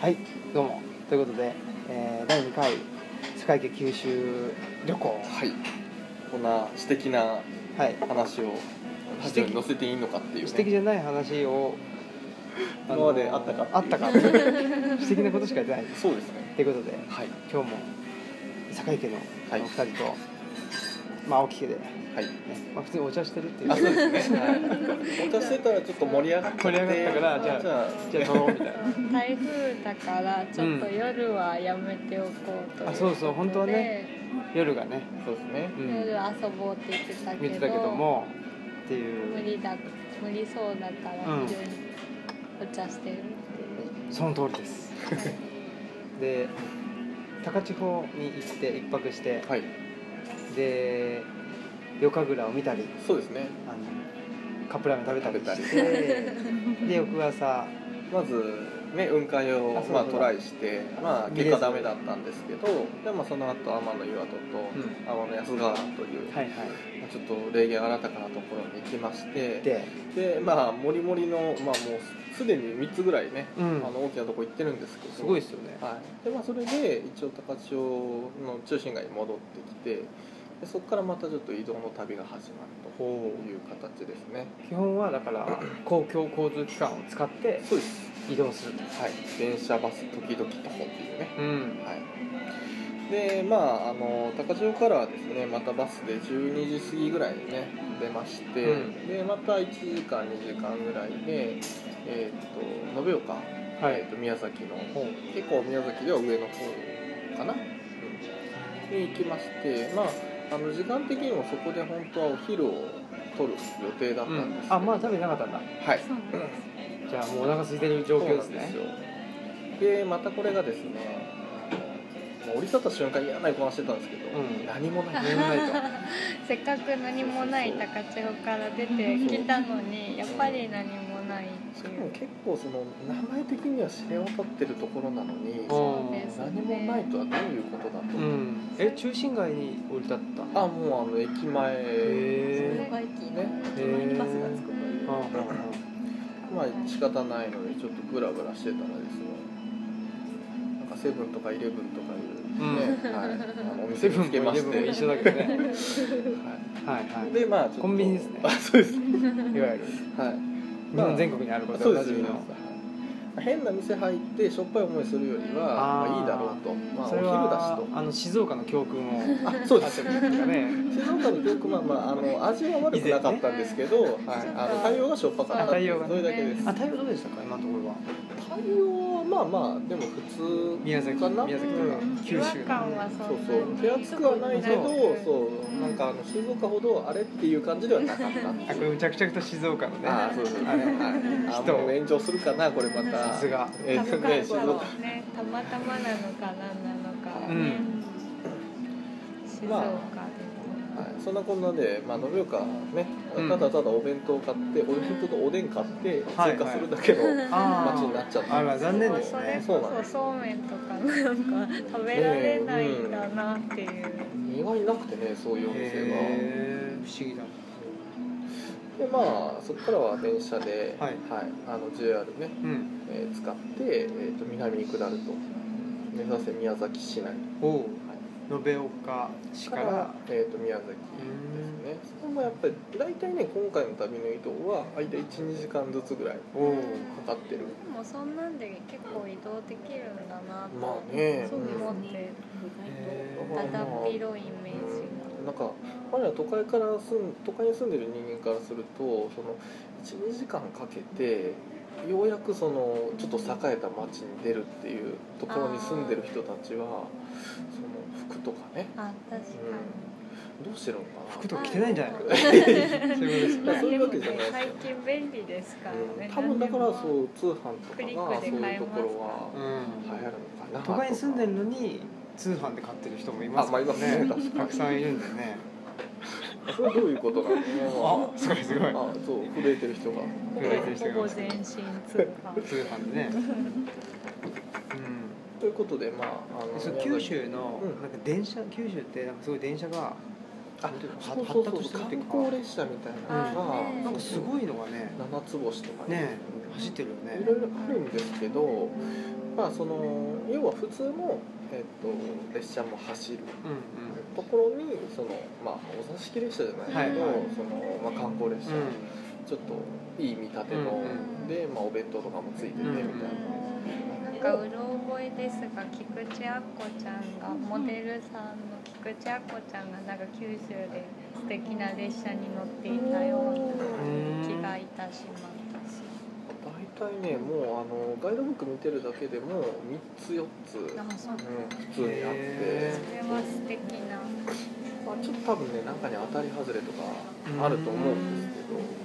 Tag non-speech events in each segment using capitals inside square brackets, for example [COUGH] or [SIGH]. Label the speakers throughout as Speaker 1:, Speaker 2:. Speaker 1: はいどうもということで、えー第2回世界家九州旅行
Speaker 2: はいこんな私的な
Speaker 1: はい
Speaker 2: 話をラジオに載せていいのかっていう、ね、
Speaker 1: 私的じゃない話を
Speaker 2: 今まであったか
Speaker 1: あったか [LAUGHS] っていう私的なことしか言ってないです
Speaker 2: そうですね
Speaker 1: ということで
Speaker 2: はい
Speaker 1: 今日も坂井家のあ
Speaker 2: はい
Speaker 1: の2人と、まあ青木家で、ね
Speaker 2: はい
Speaker 1: まあ、普通にお茶してるっていう
Speaker 2: あそうですね、はい、お茶してたらちょっと盛り上がって
Speaker 1: 盛り上がったからじゃあ
Speaker 2: じゃあ
Speaker 1: じゃあ撮ろうみたい
Speaker 2: [LAUGHS]
Speaker 1: な
Speaker 3: 台風だからちょっと夜はやめておこうということで、
Speaker 1: うんあそうそう本当はね夜がね、
Speaker 2: そうですね
Speaker 1: う
Speaker 3: 夜
Speaker 1: ん、
Speaker 3: 遊ぼうって言ってたけ
Speaker 1: 見
Speaker 3: ど
Speaker 1: てたけどもって
Speaker 3: 無
Speaker 1: いう
Speaker 3: 理だ無理そうだから
Speaker 1: うん
Speaker 3: 夜にお茶してるって
Speaker 1: その通り
Speaker 2: [LAUGHS]
Speaker 1: です
Speaker 3: いう、
Speaker 1: で高千穂に行って一泊して
Speaker 2: はい
Speaker 1: で夜神楽を見たり
Speaker 2: そうですね
Speaker 1: あのカップラーメン食べたりして
Speaker 2: 食
Speaker 1: で翌朝
Speaker 2: まずね雲海を
Speaker 1: あそう
Speaker 2: まあ
Speaker 1: そう
Speaker 2: トライしてまあ
Speaker 1: 見れ
Speaker 2: 結
Speaker 1: ず
Speaker 2: 果ダメだったんですけどでまあその後天野岩戸
Speaker 1: う
Speaker 2: と天野安川という、
Speaker 1: はいは
Speaker 2: まあちょっと霊言新たかなところに行きまして
Speaker 1: いで、
Speaker 2: でまあもりもりの、まあ、もうすでに3つぐらいね、
Speaker 1: うん
Speaker 2: あの大きなとこ行ってるんですけど
Speaker 1: すごいですよね
Speaker 2: はいでまあ、それで一応高千穂の中心街に戻ってきてでそこからまたちょっと移動の旅が始まる
Speaker 1: ほ
Speaker 2: という形ですね
Speaker 1: う基本はだから公共交通機関を使って
Speaker 2: そうです、
Speaker 1: 移動すると
Speaker 2: はい、電車バス時々徒歩っていうね、
Speaker 1: うん
Speaker 2: はい、でまああの高千穂からはですねまたバスで12時過ぎぐらいにね出まして、
Speaker 1: うん
Speaker 2: でまた1時間2時間ぐらいでえーっと延岡
Speaker 1: はい
Speaker 2: えー、と宮崎の
Speaker 1: ほう
Speaker 2: 結構宮崎では上の方かな、うん、に行きましてまああの時間的にもそこで本当はお昼を取る予定だった
Speaker 1: うんん
Speaker 2: ですけど、
Speaker 1: あまだ食べてなかったんだ
Speaker 2: はい
Speaker 3: そうなんです
Speaker 1: じゃあもうお腹空いてる状況です
Speaker 2: そう
Speaker 1: ね
Speaker 2: なんですよでまたこれがですねあのもう降り立った瞬間嫌な予感してたんですけど、
Speaker 1: うん
Speaker 2: 何もない
Speaker 1: 眠れないと
Speaker 3: せっかく何もない高千穂から出てきたのにやっぱり何もないっ
Speaker 2: してか
Speaker 3: い
Speaker 2: も
Speaker 3: う
Speaker 2: 結構その名前的には知れ渡ってるところなのに
Speaker 1: うん
Speaker 3: です
Speaker 2: 何もないとはどういうことだと、
Speaker 1: うんえ中心街に降り立った
Speaker 2: あもうあの駅前
Speaker 1: へえ
Speaker 4: バイキーの隣にバスがつくという
Speaker 1: あああ
Speaker 2: まあ仕方ないのでちょっとブラブラしてたらですねなんかセブンとかイレブンとかいうね、はい、あのお
Speaker 1: あセ
Speaker 2: 店
Speaker 1: ブ
Speaker 2: 見
Speaker 1: ン
Speaker 2: つけ
Speaker 1: も
Speaker 2: ま
Speaker 1: イレ
Speaker 2: し
Speaker 1: ブンも一緒
Speaker 2: て
Speaker 1: だけど [LAUGHS] ねはいは
Speaker 2: はいいでまあちょっと
Speaker 1: コンビニですね
Speaker 2: あそうです
Speaker 1: いわゆる
Speaker 2: はい
Speaker 1: 日本全国にあることで
Speaker 2: そ
Speaker 1: お
Speaker 2: うで
Speaker 1: な
Speaker 2: す
Speaker 1: じみの
Speaker 2: はい変な店入ってしょっぱい思いするよりは
Speaker 1: あー
Speaker 2: まあいいだろうと、まあ、お
Speaker 1: それ
Speaker 2: 昼
Speaker 1: は
Speaker 2: だ
Speaker 1: あの静岡の教訓を
Speaker 2: しとあそうです
Speaker 1: 立てるんですかね
Speaker 2: [LAUGHS] 静岡のよくまあまああの味は悪くなかったんですけど、はい、あの対応がしょっぱかったってい
Speaker 1: あ対
Speaker 2: う
Speaker 1: 応がね
Speaker 2: それだけです
Speaker 1: あ対応どうでしたか今のところは
Speaker 2: 対応はまあまあでも普通
Speaker 1: 宮崎
Speaker 2: かな
Speaker 1: 宮崎とか
Speaker 2: うん
Speaker 1: 九
Speaker 3: 違和
Speaker 1: 州
Speaker 3: 感
Speaker 1: の
Speaker 3: は
Speaker 2: そ
Speaker 3: そ
Speaker 2: うん
Speaker 3: な
Speaker 2: そう手厚くはないけど
Speaker 1: そう
Speaker 2: そうなんかあの静岡ほどあれっていう感じではなかったんで
Speaker 1: あ
Speaker 2: す
Speaker 1: これむちゃくちゃと静岡のね
Speaker 2: ああそうそう
Speaker 1: あれ
Speaker 2: はいあもう炎上するかなこれまた
Speaker 1: さすが
Speaker 2: え
Speaker 3: た
Speaker 2: ー
Speaker 3: ま
Speaker 2: と
Speaker 3: たま
Speaker 2: ね静岡
Speaker 3: ねたまたまなのかなんなのか、
Speaker 1: う
Speaker 3: ね
Speaker 1: ん
Speaker 3: 静岡でも、
Speaker 2: はい、そんなこんなで、まあ、延岡ね
Speaker 1: うん
Speaker 2: ただただお弁当買って、お弁当とおでん買って追
Speaker 1: はい
Speaker 2: 加するだけの
Speaker 1: あ
Speaker 2: 街にな
Speaker 1: ー
Speaker 2: っちゃった、
Speaker 1: あら残念です
Speaker 3: それ
Speaker 1: ね
Speaker 2: そうなん
Speaker 3: こ
Speaker 2: で
Speaker 3: そそうめんとかなんか食べられないんだなっていう、
Speaker 2: 意外になくてねそういうお店が
Speaker 1: へえ不思議だ
Speaker 2: でまあそこからは電車で、
Speaker 1: はい
Speaker 2: あの JR ね、
Speaker 1: うん
Speaker 2: えー使って、えー、と南に下ると目指せ宮崎市内
Speaker 1: おう延岡市
Speaker 2: か
Speaker 1: からら、
Speaker 2: えー、と宮崎です
Speaker 1: うん
Speaker 2: ねそこもやっぱり大体ね今回の旅の移動は間12時間ずつぐらい
Speaker 1: おお
Speaker 2: かかってる
Speaker 3: でもそんなんで結構移動できるんだなと
Speaker 2: まあね
Speaker 3: そう思って
Speaker 1: うん
Speaker 3: だ
Speaker 2: [LAUGHS] まあ
Speaker 3: だっ広いイメージ
Speaker 2: うんなんか我ら都会から住ん都会に住んでる人間からするとその12時間かけてようやくそのちょっと栄えた町に出るっていうところに住んでる人たちはその服とかね
Speaker 3: があ確か
Speaker 2: どうしてるのかな
Speaker 1: 服
Speaker 3: に
Speaker 1: とか着てないんじゃないのそういうこと
Speaker 3: ま
Speaker 1: で
Speaker 3: あ
Speaker 1: すよね
Speaker 3: で
Speaker 2: そういう
Speaker 3: も
Speaker 2: わけ
Speaker 3: ね
Speaker 2: じゃないですよ
Speaker 3: 最近便利ですから
Speaker 2: う
Speaker 3: ね
Speaker 2: ん、多分だから
Speaker 3: 何で
Speaker 2: そ
Speaker 3: も
Speaker 2: う通販と
Speaker 3: クリ
Speaker 2: か
Speaker 3: ッ
Speaker 2: が
Speaker 3: ク
Speaker 2: そ
Speaker 3: で
Speaker 2: ういう
Speaker 3: 買
Speaker 2: と
Speaker 3: えます
Speaker 2: こ
Speaker 3: から
Speaker 2: ろは流行るのかな
Speaker 1: 都会に住んでる
Speaker 2: の
Speaker 1: のに通販で買ってる人もいますから
Speaker 2: あまあいますね確かに
Speaker 1: たくさんいるんだよね
Speaker 2: それはどういうことなの
Speaker 1: あすごいすごい
Speaker 2: あそう震えてる人が
Speaker 1: うそうそう
Speaker 3: ほぼ全身通
Speaker 2: [LAUGHS]
Speaker 3: 販
Speaker 1: 通販でね
Speaker 2: ということでまああ
Speaker 1: うん
Speaker 2: の
Speaker 1: そう九州の
Speaker 2: うん
Speaker 1: なんか電車九州ってなんかすごい電車が
Speaker 2: あそうそうそう観光列車みたいなのが、
Speaker 3: あね
Speaker 1: なんかすごいのがね
Speaker 2: 七つ星とかね
Speaker 1: ね走ってるよね
Speaker 2: いろいろあるんですけど、まあ、その要は普通の、えっと、列車も走る
Speaker 1: うん
Speaker 2: ところにその、まあ、お座敷列車じゃないけど、
Speaker 1: はいはい
Speaker 2: そのまあ、観光列車、ちょっといい見立ての、
Speaker 3: うん
Speaker 2: で、まあ、お弁当とかもついててみたい
Speaker 1: う
Speaker 2: な、
Speaker 1: ん
Speaker 3: なんかうろ覚えですが菊池亜子ちゃんがモデルさんの菊池亜子ちゃんがなんか九州で素敵な列車に乗っていたような気がいたします。
Speaker 2: 大体ねもうあのガイドブック見てるだけでも3つ4つ、うん、
Speaker 3: あ、そう。
Speaker 2: 普通にあって
Speaker 1: へ
Speaker 3: それは素敵な。
Speaker 2: まあ、ちょっと多分ね中に当たり外れとかあると思うんですけど。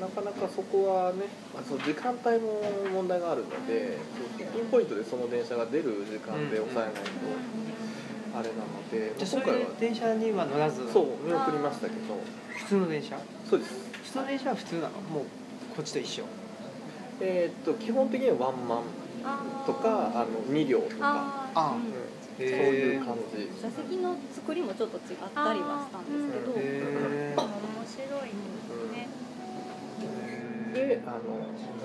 Speaker 2: なかなかそこはね、まあ、その時間帯も問題があるのでピンポイントでその電車が出る時間で抑えないとあれなので、
Speaker 1: じゃあそ
Speaker 2: 今
Speaker 1: れ
Speaker 2: 回
Speaker 1: で
Speaker 2: は
Speaker 1: 電車には乗らず
Speaker 2: そう見送りましたけど
Speaker 1: 普通の電車
Speaker 2: そうです
Speaker 1: 普通の電車は普通なのもうこっちと一緒
Speaker 2: えーっと基本的にはワンマンとかあの2両とか、
Speaker 3: あー
Speaker 1: あ
Speaker 2: う
Speaker 1: ー
Speaker 2: んそういう感じ
Speaker 4: 座席の作りもちょっと違ったりはしたんですけど、
Speaker 1: へえ
Speaker 3: 面白いね。
Speaker 2: であの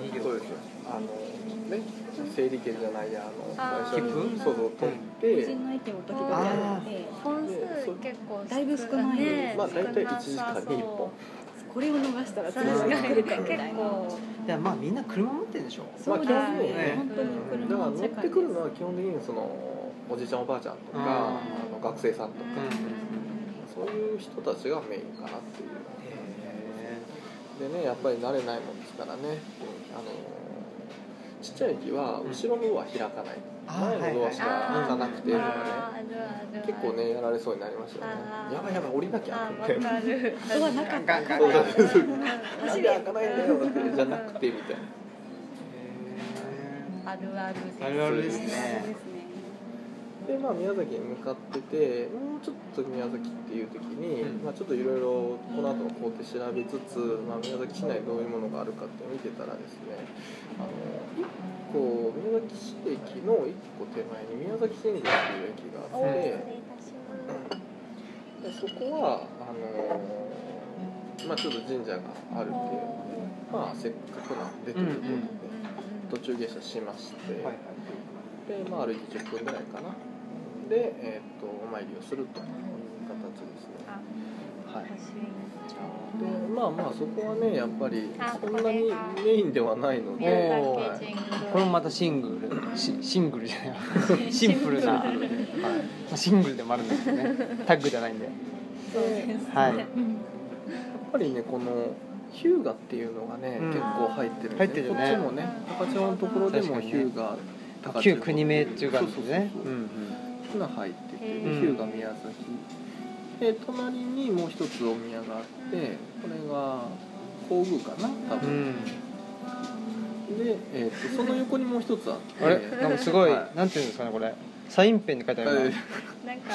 Speaker 1: 二両
Speaker 2: そうですよあのね整理券じゃないやあの
Speaker 3: あー
Speaker 2: 最初に
Speaker 3: 切符
Speaker 2: そうそう取って、
Speaker 4: 個人の意見も時々あるので
Speaker 3: 本数結構
Speaker 4: だいぶ少ない
Speaker 3: ね。
Speaker 2: まあ大体
Speaker 3: 少な
Speaker 2: 1時間
Speaker 3: さ
Speaker 2: に
Speaker 3: そう
Speaker 2: 1本
Speaker 4: これを逃したら
Speaker 3: 確
Speaker 4: 次
Speaker 3: か
Speaker 4: が来
Speaker 3: に
Speaker 4: る
Speaker 3: 結
Speaker 4: かみたいな
Speaker 3: 構。
Speaker 1: じゃあまあみんな車持ってるんでしょ
Speaker 4: そうです
Speaker 2: まあ基本
Speaker 4: ね
Speaker 1: ね
Speaker 4: 本当に
Speaker 2: だか
Speaker 4: 車
Speaker 2: ら
Speaker 4: の
Speaker 2: 乗
Speaker 4: 世
Speaker 2: って
Speaker 4: 界
Speaker 2: くるのは基本的にそのおじいちゃんおばあちゃんとか、
Speaker 1: うん
Speaker 2: あの学生さんとか、
Speaker 3: う
Speaker 2: そういう人たちがメインかなっていう
Speaker 1: へ
Speaker 2: でねやっぱり慣れないもんですからね、あのちっちゃい駅は後ろのドア開かない、
Speaker 1: あー
Speaker 2: 前のドアしか開かなくて
Speaker 1: う
Speaker 2: と
Speaker 1: ん
Speaker 2: かね
Speaker 3: あーあるあるある
Speaker 2: 結構ねやられそうになりましたよね
Speaker 3: あー
Speaker 2: やばいやばい降りなきゃ
Speaker 3: あ
Speaker 2: と思
Speaker 3: わ
Speaker 2: って
Speaker 3: かる
Speaker 4: ドアなかったから
Speaker 2: そうだねそう
Speaker 3: うん
Speaker 2: なんで開かないんだよってじゃなくてみたいな
Speaker 1: え
Speaker 3: あるあるです
Speaker 1: あるあるです
Speaker 4: そうです
Speaker 1: ね
Speaker 4: ね
Speaker 2: でまあ宮崎に向かっててもうちょっと宮崎っていう時に、
Speaker 1: うん
Speaker 2: まあ、ちょっといろいろこの後の工程調べつつ、まあ、宮崎市内どういうものがあるかって見てたらですねあの1個宮崎市駅の1個手前に宮崎神宮っていう駅が
Speaker 3: お
Speaker 2: あっ
Speaker 3: 失
Speaker 2: て
Speaker 3: 礼いたしま
Speaker 2: でそこはあの、まあ、ちょっと神社があるっていうので、まあ、せっかくなんでということで、
Speaker 1: うんうん
Speaker 2: 途中下車しまして。
Speaker 1: はいはい
Speaker 2: で、まあ、歩いて10分ぐらいかなで、えー、とお参りをするという形ですね、
Speaker 3: あ
Speaker 2: はい、
Speaker 3: す御朱印
Speaker 2: でまあまあそこはねやっぱり
Speaker 3: あ
Speaker 2: そんなに
Speaker 3: これが
Speaker 2: メインではないの
Speaker 3: 帳
Speaker 2: で
Speaker 3: 宮
Speaker 1: おー
Speaker 3: 崎神宮
Speaker 1: これもまたシングルシシングルじ
Speaker 2: [LAUGHS]
Speaker 1: ゃないわシンプルな、
Speaker 2: シンプル
Speaker 1: はいまあ、シングルでもあるんですけどねタッグじゃないん
Speaker 2: [LAUGHS]
Speaker 1: で
Speaker 3: そうです
Speaker 1: はい
Speaker 2: やっぱりねこのヒューガっていうのがね、
Speaker 1: うん
Speaker 2: 結構入ってるんで
Speaker 1: 入ってるよね
Speaker 2: こっちもね高千穂のところでも
Speaker 1: 確かに
Speaker 2: ヒ
Speaker 1: ね
Speaker 2: ューガ高千
Speaker 1: 旧
Speaker 2: 穂
Speaker 1: 国名っていう感じでね
Speaker 2: そうそうそう
Speaker 1: うん
Speaker 2: が入ってて、
Speaker 3: へ
Speaker 2: ヒ
Speaker 1: ー
Speaker 2: ューが宮崎で隣にもう一つお宮があってこれが皇宮かな多
Speaker 1: う
Speaker 2: 分、
Speaker 1: ん、
Speaker 2: で、えー、とその横にもう一つあっ
Speaker 1: う
Speaker 2: て
Speaker 1: ん、あれなんかすごい、
Speaker 2: は
Speaker 1: なんていうんですかねこれサインペンで書いてある
Speaker 2: え
Speaker 1: な
Speaker 3: なんか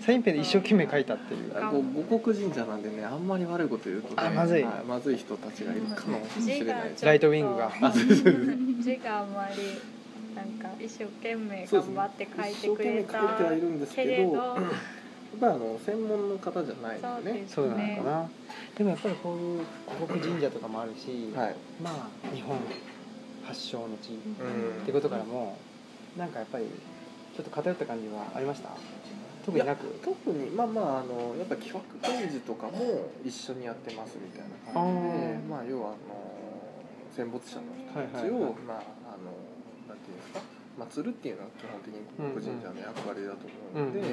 Speaker 1: サインペンで一生懸命書いたっていう
Speaker 2: ーご護国神社なんでねあんまり悪いこと言うとね
Speaker 1: あまずい
Speaker 2: はまずい人たちがいるかもしれない
Speaker 3: 字
Speaker 1: ライトウィングが
Speaker 2: あそうそうそう
Speaker 3: 字があんまりなんか一生懸命頑張って書いてく
Speaker 2: 一
Speaker 3: れ
Speaker 2: 生懸命書いてはいる
Speaker 3: た
Speaker 2: んですけ
Speaker 3: け
Speaker 2: ど
Speaker 3: れ
Speaker 2: やっ
Speaker 3: ど
Speaker 2: ぱりあの専門の方じゃない
Speaker 3: そ
Speaker 2: の
Speaker 3: う
Speaker 2: でね
Speaker 3: です
Speaker 1: そうなの
Speaker 3: ね
Speaker 1: かな、でもやっぱりこういう護国神社とかもあるし、
Speaker 2: はい
Speaker 1: まあ日本発祥の地っ
Speaker 2: うん
Speaker 1: てことからもなんかやっぱりちょっと偏った感じはありました特になく
Speaker 2: 特にまあまああのやっぱ企画展示とかも一緒にやってますみたいな感じで
Speaker 1: あー
Speaker 2: まあ要はあの戦没者の人た
Speaker 1: は
Speaker 2: ち
Speaker 1: いはいはい
Speaker 2: をまああのなんていうんですか祭るっていうのは基本的に個人者の役割だと思うので、
Speaker 1: うんうん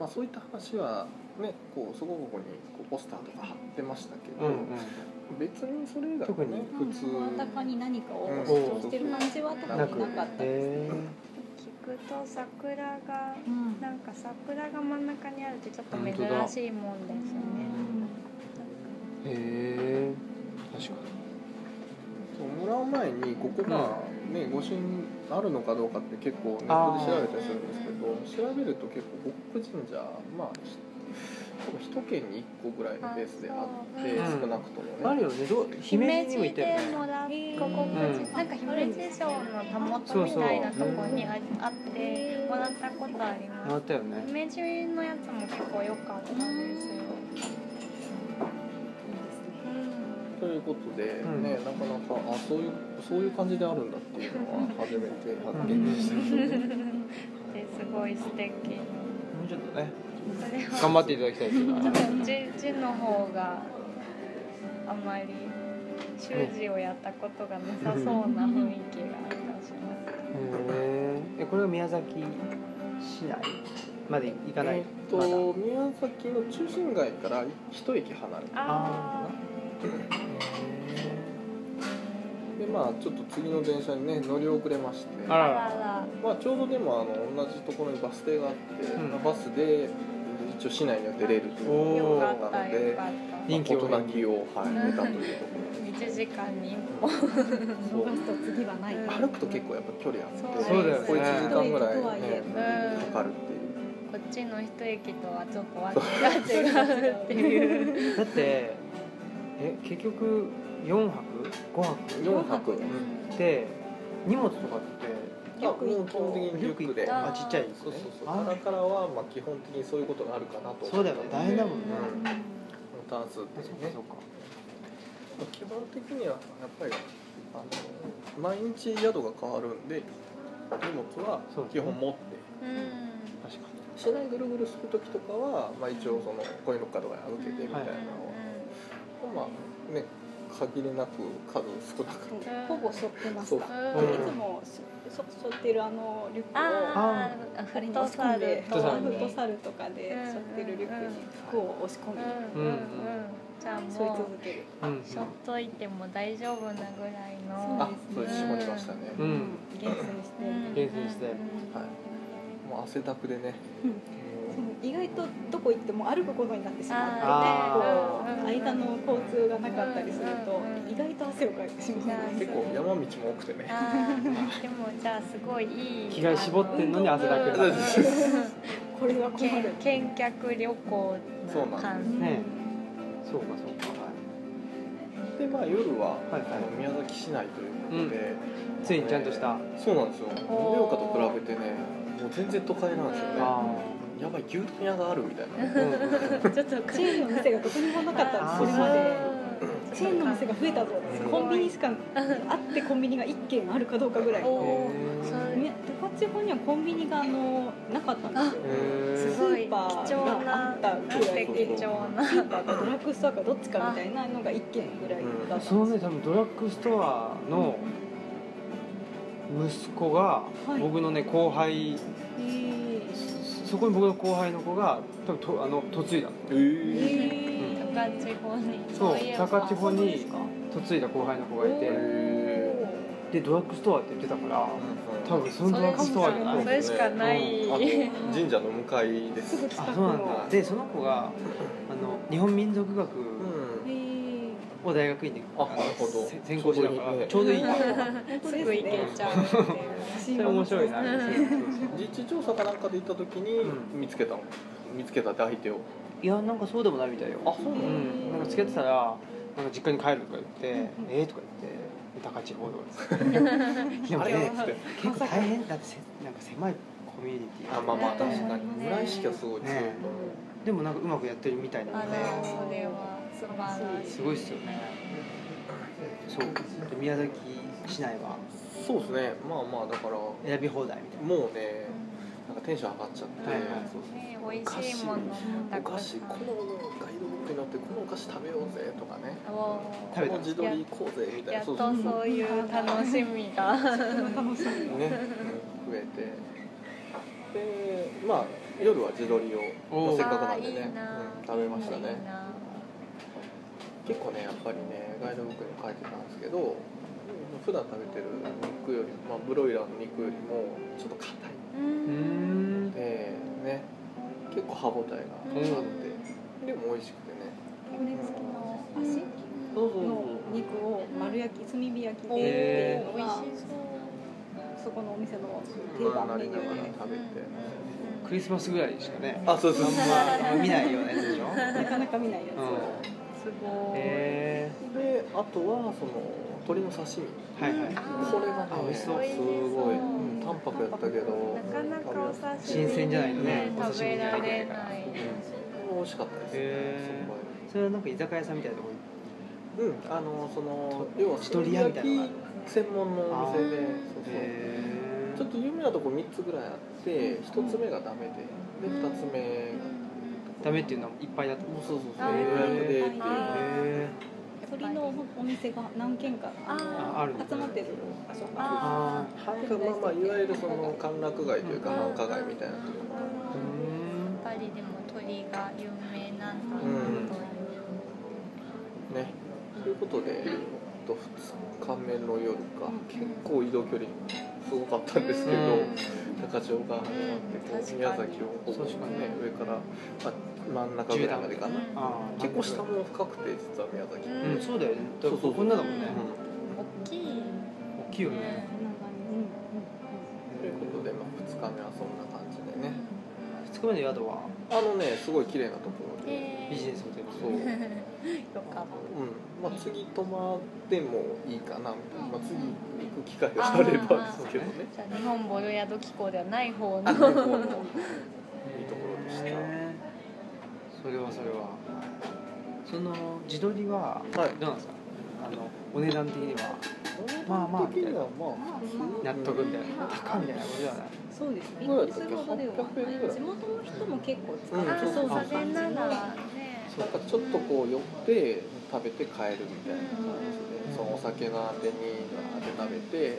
Speaker 2: まあそういった話はねこうそこここにこうポスターとか貼ってましたけど、別にそれ以外
Speaker 1: 特
Speaker 2: は
Speaker 1: に
Speaker 2: ね
Speaker 4: うん
Speaker 2: 普通
Speaker 4: 真ん中に何かを主張してる感じは特に
Speaker 1: な
Speaker 4: な
Speaker 1: く
Speaker 4: かったですね
Speaker 1: へ
Speaker 3: 聞くと桜が
Speaker 4: うん
Speaker 3: なんか桜が真ん中にあるってちょっと珍しいもんです
Speaker 1: えへえ確か
Speaker 2: そうもらう前にここが、ね御朱印あるのかどうかって結構ネットで調べたりするんですけど調べると結構北国神社まあひ多分一県に一個ぐらいのペースであって
Speaker 1: あそう
Speaker 2: 少なくと
Speaker 1: にあ
Speaker 2: も
Speaker 1: る
Speaker 2: ね。
Speaker 1: よねどう
Speaker 3: ね。
Speaker 1: 姫路にもいたよ
Speaker 3: 姫
Speaker 1: ね
Speaker 3: 路でもらっこ
Speaker 1: う
Speaker 3: こ
Speaker 1: ん
Speaker 3: なんか姫路城のたもとみたいなとこにああってもらったことあり
Speaker 1: もら
Speaker 3: ま
Speaker 1: ったよ
Speaker 3: す。
Speaker 1: ね
Speaker 3: 姫路のやつも結構良かったですよ。
Speaker 4: いいですね
Speaker 3: うん
Speaker 2: ということで、
Speaker 1: うん
Speaker 2: ね、なかなかあそういうそういう感じであるんだっていうのは初めて発見でしたけど、
Speaker 1: [LAUGHS]
Speaker 3: ですごい素敵
Speaker 1: もうちょっとね
Speaker 3: それは
Speaker 1: 頑張っていただきたいですよ [LAUGHS]
Speaker 3: ちょっと字字の方があまり習字をやったことがなさそうな雰囲気がします。
Speaker 1: えこれは宮崎市内まで行かない、
Speaker 2: えっと宮崎の中心街から一駅離れて
Speaker 3: あ
Speaker 2: でまあちょっと次の電車にね乗り遅れまして
Speaker 1: あ
Speaker 3: あ
Speaker 1: ら
Speaker 3: あら
Speaker 2: まあ、ちょうどでもあの同じところにバス停があって、
Speaker 1: うん
Speaker 2: まあバスで一応市内には出れるという
Speaker 1: お
Speaker 3: ら
Speaker 1: ー
Speaker 3: よか
Speaker 2: な
Speaker 3: った
Speaker 2: ので
Speaker 3: よかっ
Speaker 1: 人気を
Speaker 2: 大人気を、はい、
Speaker 3: う
Speaker 2: 得
Speaker 3: ん
Speaker 2: たというとこ
Speaker 3: た。一時間に一本。
Speaker 2: そう
Speaker 4: 逃すと次はない。
Speaker 3: うん
Speaker 2: ろ歩くと結構やっぱ距離あって
Speaker 3: そうだよね
Speaker 2: こう1時間ぐらい、
Speaker 4: とはい
Speaker 2: ね
Speaker 4: え
Speaker 3: うん
Speaker 2: かかるっていう。
Speaker 3: こっちの一駅とはちょっとわけが違うっていう。
Speaker 1: だってえ結局4泊5泊
Speaker 2: 4泊
Speaker 1: で荷物とかって
Speaker 2: あもう基本的にリュックで
Speaker 1: あちっちゃいです
Speaker 2: そう
Speaker 1: ね
Speaker 2: そうそ
Speaker 1: あ
Speaker 2: うだからはまあ基本的にそういうことがあるかなと
Speaker 1: そうだよね大変だもんね、
Speaker 2: うんタンスっていうね
Speaker 1: そうか
Speaker 2: 基本的にはやっぱりあの毎日宿が変わるんで荷物は
Speaker 1: そうです
Speaker 2: 基
Speaker 1: ね
Speaker 2: 本持って
Speaker 3: うん。
Speaker 1: 確かに
Speaker 2: 市内ぐるぐるする時とかは、まあ、一応そのコインロッカーとかに預けてみたいなのを、まあね限りなく数少なく
Speaker 4: ほぼ背負ってました。
Speaker 2: そう
Speaker 4: い
Speaker 1: うん
Speaker 4: つもししょ背負ってるあのリュックを。
Speaker 3: ああ、フ
Speaker 4: あれ
Speaker 3: ッ
Speaker 4: に
Speaker 3: ト
Speaker 4: 押し
Speaker 3: サ
Speaker 4: 込
Speaker 3: ル
Speaker 4: んで
Speaker 1: フットサル
Speaker 4: フットサルとかで背負ってるリュックに服を押し込んで
Speaker 3: うんうんうん。じゃあ
Speaker 4: 背負い
Speaker 3: もう
Speaker 4: 続ける。
Speaker 1: うん
Speaker 3: しょっといても大丈夫なぐらいの
Speaker 2: あそうです絞りましたね、
Speaker 1: うん、うん
Speaker 4: 厳選して。
Speaker 1: 厳選して
Speaker 2: はいもう汗だくでね
Speaker 4: その意外とどこ行っても歩くことになってしまっ
Speaker 1: あ
Speaker 4: て間の交通がなかったりする
Speaker 3: う
Speaker 4: と
Speaker 3: ん
Speaker 4: 意外と汗をかいてしまう
Speaker 2: 結構山道も多くてね
Speaker 3: あーでもじゃあすごいいい
Speaker 1: 気が絞ってんのに汗だく
Speaker 3: うんうん
Speaker 1: そ
Speaker 4: これは困
Speaker 3: け
Speaker 4: る
Speaker 3: ん見客旅行
Speaker 2: そう
Speaker 3: の
Speaker 2: なん
Speaker 3: 感
Speaker 2: で
Speaker 3: じ
Speaker 1: ねそうかそうか、はい
Speaker 2: でまあ夜は、
Speaker 1: はいはい
Speaker 2: あの宮崎市内ということで、
Speaker 1: ついにちゃんとした、
Speaker 2: そうなんですよ盛
Speaker 3: おー
Speaker 2: 岡と比べてねもう全然都会なんですよね
Speaker 1: あ
Speaker 2: やばい牛丼屋があるみたいな
Speaker 1: ーうん
Speaker 3: ちょっとか
Speaker 4: チェーンの店がどこにもなかった
Speaker 1: そ
Speaker 4: こ
Speaker 1: う
Speaker 4: れ
Speaker 1: そう
Speaker 4: まで
Speaker 3: うん
Speaker 4: チェーンの店が増えたぞ
Speaker 2: うん
Speaker 4: コンビニしかあってコンビニが1軒あるかどうかぐらい
Speaker 3: おーそ
Speaker 1: へ
Speaker 4: ね高千穂にはコンビニがあのなかったんですよ
Speaker 1: え
Speaker 3: す
Speaker 4: ス
Speaker 3: ごい
Speaker 4: ー
Speaker 3: 貴
Speaker 4: パー
Speaker 3: 重
Speaker 4: があ
Speaker 3: な
Speaker 4: ったぐらい
Speaker 2: そう
Speaker 4: で
Speaker 3: 貴重な
Speaker 4: スーパーかドラッグストアかどっちかみたいなのが1軒ぐらいだったんです
Speaker 1: そのね多分ドラッグストアの息子が
Speaker 4: はい
Speaker 1: 僕のね後輩
Speaker 4: へー
Speaker 1: そこに僕の後輩の子が多分とあの嫁いだの
Speaker 2: えー
Speaker 4: へー
Speaker 3: 高千穂に
Speaker 1: そう
Speaker 3: いえば
Speaker 1: 高千穂
Speaker 4: そうで
Speaker 1: に
Speaker 4: すか
Speaker 1: 嫁いだ後輩の子がい
Speaker 2: え
Speaker 1: てで
Speaker 2: ー
Speaker 1: ドラッグストアって言ってたから多分その
Speaker 3: そ
Speaker 1: ドラッグストアじゃない
Speaker 3: れしかない
Speaker 2: あ
Speaker 3: うん
Speaker 2: と神社の向かいです
Speaker 4: すぐ
Speaker 1: あ
Speaker 4: 近く
Speaker 1: そうなん
Speaker 4: の
Speaker 1: だでその子があの日本民族学
Speaker 2: うん
Speaker 4: へ
Speaker 1: を大学院で
Speaker 2: あなるほど
Speaker 1: せ専攻してたから
Speaker 2: ち
Speaker 1: ちょうどいい
Speaker 4: ー
Speaker 3: すぐ行けちゃうっていう
Speaker 1: それ面白いな
Speaker 3: うん
Speaker 1: そうそうそう
Speaker 2: 実地調査かなんかで行った時に
Speaker 1: うん
Speaker 2: 見つけたの見つけたって相手を
Speaker 1: いやなんかそうでもないみたいよ
Speaker 2: あそうな
Speaker 1: う
Speaker 2: の
Speaker 1: ん、なんか付き合ってたら「なんか実家に帰る」とか言って「えー、とか言って「高千穂」とか言って「でも
Speaker 2: あれ
Speaker 1: ね
Speaker 2: はつって」
Speaker 1: 結構大変だってせなんか狭いコミュニティ
Speaker 2: あまあまあ確かに
Speaker 3: ね
Speaker 2: 村井識はすごい強いと思
Speaker 1: でもなんかうまくやってるみたいな
Speaker 3: あ
Speaker 1: ので
Speaker 3: らそれは素晴らしい
Speaker 1: すごいっすよねそうで宮崎市内は
Speaker 2: うそうですねまあまあだからも
Speaker 1: 選び放題みたいう
Speaker 2: ねなんかテンション上がっちゃって、
Speaker 1: はいはい
Speaker 2: そうそう
Speaker 3: ね美味しいものもた
Speaker 2: お菓
Speaker 3: くさ
Speaker 2: 子
Speaker 3: ん
Speaker 2: このガイドブックになってこのお菓子食べようぜとかね
Speaker 3: お
Speaker 1: 食べた
Speaker 2: この自撮り行こうぜみたい
Speaker 3: や
Speaker 2: な
Speaker 3: っとそういう楽しみが
Speaker 4: 楽しみ
Speaker 2: ね増えてでまあ夜は自撮りを、
Speaker 1: お
Speaker 2: ま
Speaker 1: ー
Speaker 2: あせっかくなんでね
Speaker 3: あーいいな
Speaker 2: うん、食べましたね
Speaker 3: いいな
Speaker 2: 結構ねやっぱりねガイドブックにも書いてたんですけど普段食べてる肉より、まあ、ブロイラーの肉よりもちょっと硬い
Speaker 3: う
Speaker 1: なうーん
Speaker 3: んうん
Speaker 2: でね結構歯応えがあってでも美味しくてね
Speaker 4: 骨付きの足
Speaker 2: そうそう
Speaker 4: の肉を丸焼き炭火焼き
Speaker 3: お
Speaker 4: で
Speaker 1: へ
Speaker 4: ってい
Speaker 3: 美
Speaker 4: うの
Speaker 3: 味し
Speaker 4: が
Speaker 3: そう
Speaker 4: そこのお店の定
Speaker 2: まあ
Speaker 4: 番
Speaker 2: な
Speaker 4: メ
Speaker 2: り
Speaker 4: ニ
Speaker 2: な
Speaker 4: ュ
Speaker 2: がら
Speaker 4: ーで
Speaker 2: 食べて、
Speaker 1: クリスマスぐらいしかね
Speaker 2: あそうそうそう
Speaker 1: あんまあんま見ないようなやつでし [LAUGHS] ょ
Speaker 4: なかなか見ないやつを
Speaker 3: すごい、
Speaker 1: へ
Speaker 2: であとはその鶏の刺身
Speaker 1: えはいはい
Speaker 2: これがね
Speaker 1: あ美味しそう
Speaker 2: すごい、うん、淡白やったけど
Speaker 3: なかなかお刺身
Speaker 1: 新鮮じゃないとね
Speaker 3: ね食べられない
Speaker 2: うん美味しかったですね
Speaker 1: へー
Speaker 2: その場合
Speaker 1: それはなんか居酒屋さんみたいなところ
Speaker 2: うんあのその
Speaker 1: と
Speaker 2: 要は
Speaker 1: 地鶏屋みたいなのがある
Speaker 2: 専門のお店で
Speaker 3: あー
Speaker 2: そうそう
Speaker 1: へー
Speaker 2: ちょっと有名なとこ3つぐらいあって1つ目がダメでで2つ目が
Speaker 1: ダメっていうのはいっぱいだと
Speaker 2: もうそうそうそう
Speaker 3: あー
Speaker 2: 予約でっていう
Speaker 3: あ
Speaker 1: へ
Speaker 4: 鳥のお店が何軒か
Speaker 3: あー
Speaker 1: あある
Speaker 4: 集まってる場所が
Speaker 3: あ
Speaker 1: あ
Speaker 2: 繁華まあまあいわゆるその歓楽街というか
Speaker 3: うん
Speaker 2: 繁華街みたいなとこ
Speaker 1: ーうーん
Speaker 3: やっぱりでも鳥が有名なんだなと
Speaker 2: うん
Speaker 3: いう
Speaker 2: ねということで、えっと、2日目の夜か結構移動距離すごかったんですけど、
Speaker 1: うん
Speaker 2: 高千穂が始まってこ
Speaker 3: うん
Speaker 2: う宮崎をこう
Speaker 1: 確かに
Speaker 2: ね上から、あ、真ん中ぐらいまでかな、
Speaker 3: うん
Speaker 1: あー
Speaker 2: 結構下も深くて実は宮崎、
Speaker 3: うん
Speaker 1: うんそうだよねだ
Speaker 2: そうそうそう
Speaker 1: こんなだもんね
Speaker 3: 大きい
Speaker 1: 大きいよね
Speaker 3: ね
Speaker 2: ということで、まあ、2日目はそんな感じでね
Speaker 1: 2日目の宿は
Speaker 2: あのねすごい綺麗なところで、
Speaker 3: え
Speaker 1: ビジネスホテルで
Speaker 2: そう
Speaker 3: よか
Speaker 2: う
Speaker 3: っ
Speaker 2: んまあ、次泊まってもいいかなみたいな、まあ、次行く機会があればですけどね
Speaker 3: たじゃあ日本ボル宿機構ではない方の
Speaker 2: あない方の
Speaker 1: い
Speaker 2: いいところでした
Speaker 1: それはそれはその自撮りはど
Speaker 2: はいう
Speaker 1: なんですかあのお値段的には [LAUGHS] まあまあみたいな納得みたいな高みたいなことじゃない
Speaker 4: そうですねび
Speaker 2: どうや
Speaker 4: っく
Speaker 2: った
Speaker 4: りす
Speaker 2: っけ
Speaker 4: るほどでは
Speaker 2: 800円ぐらい
Speaker 4: 地元の人も結構使
Speaker 3: あ
Speaker 4: っ
Speaker 2: うん
Speaker 4: て
Speaker 3: ー
Speaker 4: そ
Speaker 3: そうう
Speaker 4: な
Speaker 3: そ
Speaker 4: 感
Speaker 3: れ
Speaker 4: じ
Speaker 3: ならね
Speaker 4: の
Speaker 2: なんかちょっとこう寄って食べて帰るみたいな感じ
Speaker 1: うん
Speaker 2: でそのお酒のあてにわーって食べてじ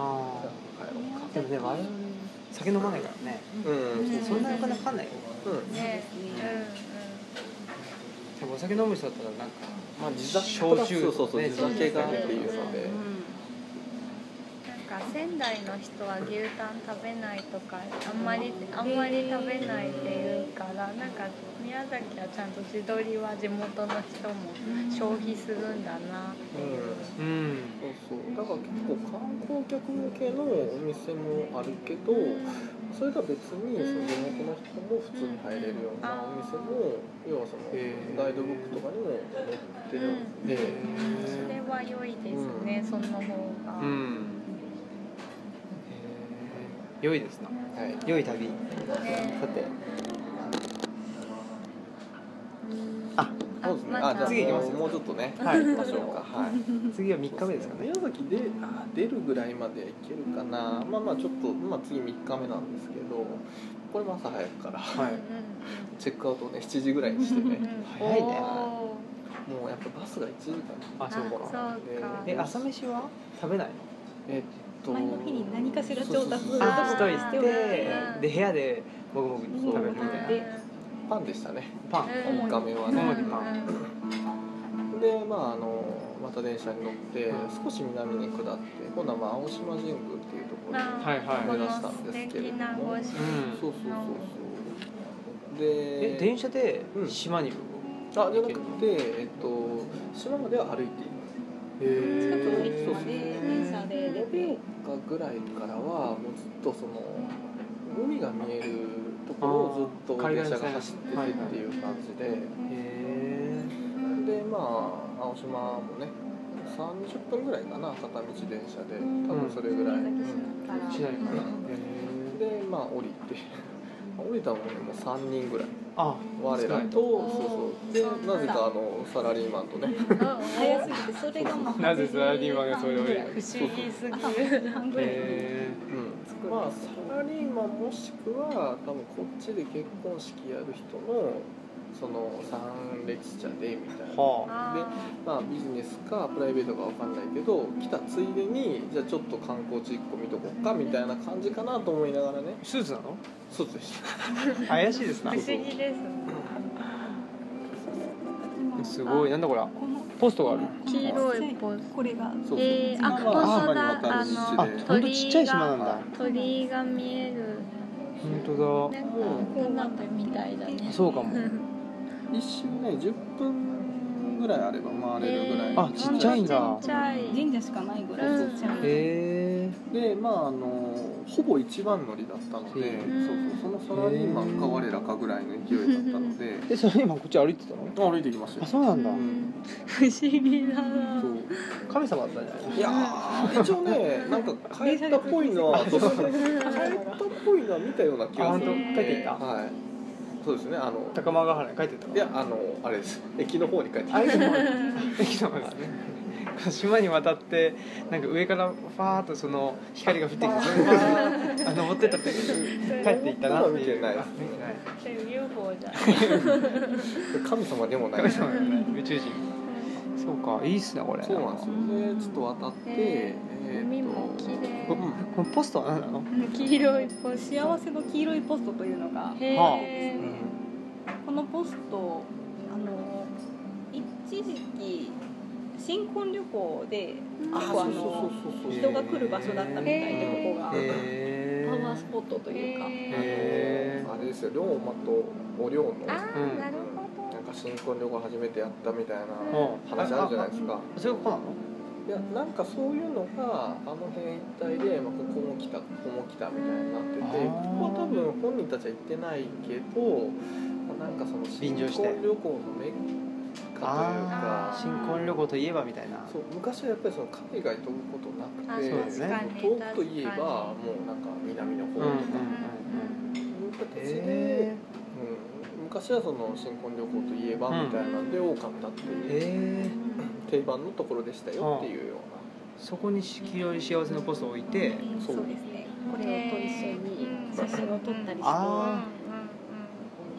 Speaker 1: あ
Speaker 2: あ帰ろうか
Speaker 1: あでもね我々酒飲まないからね
Speaker 2: うん
Speaker 3: うん
Speaker 1: そんなにお金かかんないよ
Speaker 2: うん
Speaker 3: ね
Speaker 4: うん
Speaker 1: でもお酒飲む人だったらなんか
Speaker 2: まあ地酒プラ
Speaker 1: 焼
Speaker 2: ス
Speaker 1: 酎
Speaker 2: そうそう
Speaker 1: ね
Speaker 2: 地酒がっていうので
Speaker 3: うんなんか仙台の人は牛タン食べないとかあんまりあんまり食べないっていうからなんか宮崎はちゃんと地鶏は地元の人も消費するんだなってい
Speaker 1: う
Speaker 3: う、
Speaker 1: ん
Speaker 2: そうそうだから結構観光客向けのお店もあるけどそれとは別にその地元の人も普通に入れるようなお店も要はそのガイドブックとかにも載ってるんで
Speaker 3: それは良いですね、その方が、
Speaker 1: うんへー良いですな
Speaker 2: はい
Speaker 1: 良い旅
Speaker 3: ね
Speaker 1: さて
Speaker 2: そうですね。
Speaker 3: ま
Speaker 2: あ、
Speaker 3: た
Speaker 2: じゃあ
Speaker 1: 次行きますよ
Speaker 2: もうちょっとね。
Speaker 1: はい
Speaker 2: 行きましょう
Speaker 1: [LAUGHS]
Speaker 2: か。はい。
Speaker 1: 次は3日目ですかね
Speaker 2: 宮崎であ出るぐらいまで行けるかな。まあまあちょっとまあ次3日目なんですけど、これも朝早くから
Speaker 1: はい
Speaker 2: [LAUGHS] チェックアウトをね7時ぐらいにしてね
Speaker 3: うんう。ん
Speaker 1: 早いね
Speaker 3: お
Speaker 2: もうやっぱバスが1時間。
Speaker 1: あそうか
Speaker 3: あそうか
Speaker 1: え朝飯は食べないの
Speaker 2: えっと。
Speaker 4: 前の日に何かしら調
Speaker 2: そうそ
Speaker 4: 達
Speaker 2: うそう
Speaker 3: あー
Speaker 1: しといて
Speaker 3: うん
Speaker 1: で部屋でもぐもぐ食べるみたいな
Speaker 3: ー
Speaker 2: パンでしたね。
Speaker 1: パン
Speaker 3: うん
Speaker 2: おかめは
Speaker 1: ね
Speaker 3: うん
Speaker 1: 主
Speaker 2: ね。
Speaker 1: にパン
Speaker 3: うん
Speaker 2: でまああのまた電車に乗って少し南に下って、今度はまあ青島神宮っていうところに。
Speaker 1: はいはい
Speaker 3: この素敵なご
Speaker 1: うん
Speaker 3: 主
Speaker 2: そうそうそうそう。で。
Speaker 1: え電車で
Speaker 2: うん
Speaker 1: 島に
Speaker 2: あじゃなくて、えっと、島までは歩いています
Speaker 4: 近くの駅
Speaker 2: そう
Speaker 4: まで電車で出て
Speaker 2: がぐらいからはもうずっとその海が見えるところをずっ
Speaker 1: あ
Speaker 2: と
Speaker 1: ー
Speaker 2: 電車が走っててっていう感じで、
Speaker 1: へ
Speaker 2: でまあ青島もね30分ぐらいかな片道電車で多分それぐらい、
Speaker 4: 宮崎市から
Speaker 1: えしないかな
Speaker 2: でまあ降りて [LAUGHS] 降りたのもねもう3人ぐらい
Speaker 1: あ
Speaker 2: 我らと
Speaker 3: お
Speaker 2: そうそう
Speaker 3: ー
Speaker 2: で
Speaker 3: そう
Speaker 2: なぜかあのサラリーマンとね
Speaker 4: 早すぎてそれがもう
Speaker 1: なぜサラリーマンがそれをやる
Speaker 3: 不思議す
Speaker 4: 朝
Speaker 3: ぎ
Speaker 4: 8
Speaker 3: る
Speaker 4: 時半ぐらいに
Speaker 1: へ
Speaker 2: うん、まあサラリーマンもしくは多分こっちで結婚式やる人のその参列者でみたい
Speaker 1: え
Speaker 2: な、
Speaker 1: は
Speaker 3: あ
Speaker 2: まあ、ビジネスかプライベートか分かんないけど来たついでにじゃあちょっと観光地1個見とこっかみたいな感じかなと思いながらね
Speaker 1: あスーツなの
Speaker 2: そうでした
Speaker 1: 怪しいです
Speaker 3: ー
Speaker 1: な
Speaker 3: 不思議ですね
Speaker 1: すごいなんだこれ
Speaker 4: この
Speaker 1: ポストがある
Speaker 3: 黄色いポス
Speaker 4: これが
Speaker 2: そうそう
Speaker 3: えーあ
Speaker 2: まま
Speaker 3: 本当だ
Speaker 2: まあま
Speaker 3: あ
Speaker 1: あ
Speaker 2: わかるしで
Speaker 1: ほんとちっちゃい島なんだ
Speaker 3: 鳥居が見える
Speaker 1: 本当
Speaker 3: な
Speaker 1: だ
Speaker 3: んかコナペみたいだね
Speaker 1: そうかも
Speaker 2: 一瞬ね10分ぐらいあれば回れるぐらい、
Speaker 3: え
Speaker 1: あちっちゃいんだ
Speaker 3: ほとちっちゃい
Speaker 4: 神社しかないぐらいちっちゃい、
Speaker 1: へえ
Speaker 2: でまああのほぼ一番乗りだったので、
Speaker 3: うん
Speaker 2: そうそうそのサラリーマンか我らかぐらいの勢いだったので
Speaker 1: えそれ今こっち歩いてたの
Speaker 2: 歩いてきました
Speaker 1: あ
Speaker 2: よ
Speaker 1: そうなんだ
Speaker 2: ん
Speaker 3: 不思議だな
Speaker 2: そう
Speaker 1: 神様だったんじゃない
Speaker 2: いやー一応ねなんか帰ったっぽいのは帰ったっぽいのは見たような気がす
Speaker 1: 本
Speaker 2: る
Speaker 1: 当
Speaker 3: へー
Speaker 1: 帰っていった
Speaker 2: はいそうですねあの
Speaker 1: 高間ヶ原に帰ってったの
Speaker 2: いやあのあれです駅の方に帰ってき
Speaker 1: あ
Speaker 2: ま
Speaker 1: れ
Speaker 2: す
Speaker 1: でも [LAUGHS] 駅の方ですねこの島に渡ってなんか上からファーッとその光が降ってきてそれがファーッあ登ってったって [LAUGHS] 帰っていったなっていう
Speaker 2: 見てないです
Speaker 1: 見てない
Speaker 3: それ UFO じゃん
Speaker 2: 神様でもない
Speaker 1: 神様じゃない宇宙人そうかいいっすねこれ
Speaker 2: そうなんですよねちょっと渡って、
Speaker 3: へ
Speaker 2: えーっと
Speaker 3: 海も綺麗
Speaker 2: うん
Speaker 1: このポストは何なの
Speaker 3: 黄色いポスト
Speaker 4: 幸せの黄色いポストというのが
Speaker 3: へ
Speaker 1: はあ
Speaker 3: え
Speaker 4: このポストあの一時期新婚旅行で
Speaker 2: あ
Speaker 4: 結
Speaker 2: そ
Speaker 4: 構あ
Speaker 2: うそう
Speaker 4: の
Speaker 2: そうそう
Speaker 4: 人が来る場所だったみたい
Speaker 3: へー
Speaker 4: でここが
Speaker 1: へ
Speaker 4: パ
Speaker 1: ー
Speaker 4: ワースポットというか
Speaker 1: へ
Speaker 2: あれですよ龍馬とお龍の
Speaker 3: あ
Speaker 2: な
Speaker 3: あ
Speaker 1: うん
Speaker 3: なるほど
Speaker 2: んか新婚旅行初めてやったみたいな
Speaker 1: うん
Speaker 2: 話あるじゃないですか
Speaker 1: それがこうなの
Speaker 2: いやなんかそういうのがあの辺一帯で、まあ、ここも来たここも来たみたいになってて
Speaker 1: あ
Speaker 2: こ
Speaker 1: ー
Speaker 2: こは多分本人たちは行ってないけどまあなんかその新
Speaker 1: 便乗
Speaker 2: 婚旅
Speaker 1: して
Speaker 2: 行のメッカという
Speaker 3: あ
Speaker 2: か
Speaker 3: ー
Speaker 1: 新婚旅行といえばみたいな
Speaker 2: そう昔はやっぱりその海外飛ぶことな
Speaker 3: あ
Speaker 2: くて
Speaker 1: そうですね
Speaker 2: 遠くといえばもうなんか南の方
Speaker 1: う
Speaker 2: と
Speaker 1: んうんうん
Speaker 2: かい
Speaker 3: うん
Speaker 2: う形で
Speaker 1: へ、
Speaker 2: うん、昔はその新婚旅行といえばみたいなんで多かったって
Speaker 1: え
Speaker 2: いう、
Speaker 1: へえ
Speaker 2: 定番のところでしたよっていうよ
Speaker 1: そこに黄色い幸せのポストを置いて
Speaker 2: そ
Speaker 4: そううですねこれと一緒に写真を撮ったりして
Speaker 3: うんうん
Speaker 1: あは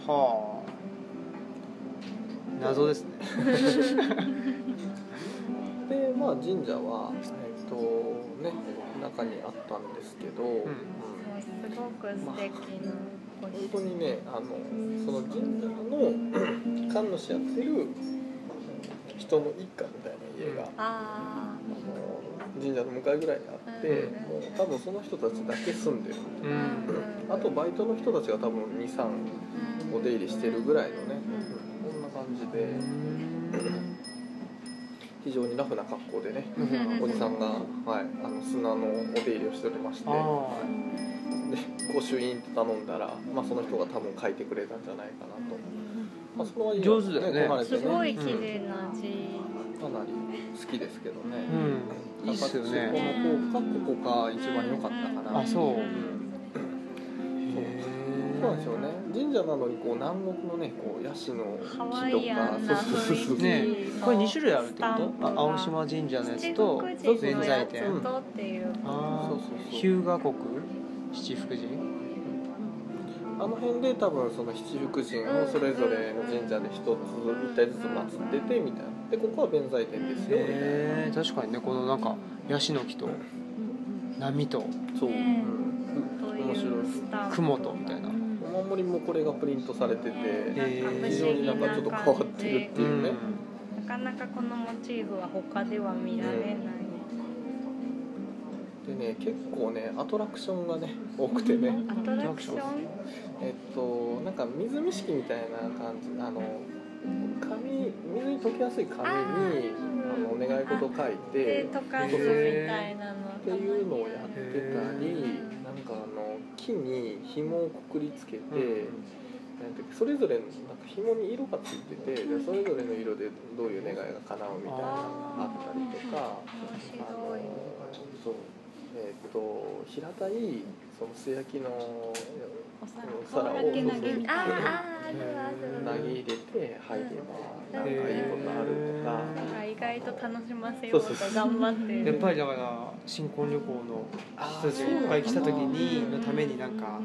Speaker 1: あ謎ですね
Speaker 2: うなでまあ神社はえっ、とね中にあったんですけど、うん
Speaker 3: うんすごく素敵なご
Speaker 2: 本
Speaker 3: 主
Speaker 2: 当にねあのその神社の神主やってる人の一家みたいな家が
Speaker 3: あ
Speaker 2: あの神社の向かいぐらいにあって、
Speaker 3: うん
Speaker 2: もう多分その人たちだけ住んでる、
Speaker 1: う
Speaker 3: あ
Speaker 1: ん
Speaker 2: あとバイトの人たちが多分23お出入りしてるぐらいのね、こんな感じで非常にラフな格好でね
Speaker 3: うん
Speaker 2: おじさんが、はい、あの砂のお出入りをしておりまして
Speaker 1: ああ
Speaker 2: で御朱印って頼んだら、まあ、その人が多分書いてくれたんじゃないかなと、まあ、その割には
Speaker 1: 上手だよね
Speaker 2: こなれて
Speaker 3: すごい綺麗な字、
Speaker 2: かなり好きですけどね、
Speaker 1: うんいいっすよ
Speaker 2: やっぱ
Speaker 1: ね
Speaker 2: そこのここが一番良かったかな
Speaker 1: あそう
Speaker 2: そうなんですよね神社なのにこう南国のねこうヤシの
Speaker 3: ハワイアンな
Speaker 2: 木とかそうそうそうそう
Speaker 3: 雰囲気
Speaker 1: ねこれ二種類あるってこ
Speaker 3: スタンプ
Speaker 1: と
Speaker 3: が
Speaker 1: あ青島神社のやつ
Speaker 3: 七
Speaker 1: と
Speaker 3: 福神
Speaker 1: 弁
Speaker 3: の
Speaker 1: 財
Speaker 3: や
Speaker 1: 天
Speaker 3: つとっていう
Speaker 1: あ
Speaker 2: そう
Speaker 1: あ
Speaker 2: そうそう
Speaker 1: 日向国七福神
Speaker 2: あの辺で多分その七福神をそれぞれの神社で一つ一体ずつ祀っててみたいなでここは弁財天ですよみたいな、
Speaker 1: へえ確かにねこのなんかヤシの木と波と
Speaker 2: そう、
Speaker 3: ね
Speaker 2: うん
Speaker 3: とい
Speaker 2: 面白
Speaker 3: う
Speaker 2: い
Speaker 3: スタンプ
Speaker 1: 雲とみたいな
Speaker 2: お守りもこれがプリントされてて、
Speaker 1: えー
Speaker 2: 非常になんかちょっと変わってるっていうね、
Speaker 3: なかなかこのモチーフは他では見られない、
Speaker 2: でね結構ねアトラクションがね多くてね、
Speaker 3: アトラクション
Speaker 2: えっとなんか水見式みたいな感じあの紙水に溶けやすい紙にあ
Speaker 3: あー
Speaker 2: のお願い事書い
Speaker 3: で
Speaker 2: て
Speaker 3: 溶かすみたいなの
Speaker 2: っていうのをやってたり
Speaker 1: へ
Speaker 3: ー
Speaker 2: なんかあの木に紐をくくりつけて、
Speaker 1: うん
Speaker 2: なんていうかそれぞれのなんか紐に色がついててでそれぞれの色でどういう願いが叶うみたいなのがあったりとか。あの
Speaker 3: 面
Speaker 2: そうえっと平たいその素焼きの
Speaker 4: お皿をけ投げみ
Speaker 3: 白いあー
Speaker 4: たいな
Speaker 3: あーあるあ
Speaker 2: 投
Speaker 3: る
Speaker 2: げ入れて入ればなんかいいことあるとか、
Speaker 3: なんか意外と楽しませようと頑張ってる
Speaker 1: やっぱりだから新婚旅行の
Speaker 2: あ
Speaker 1: 人たちがいっぱい来た時にのためになんか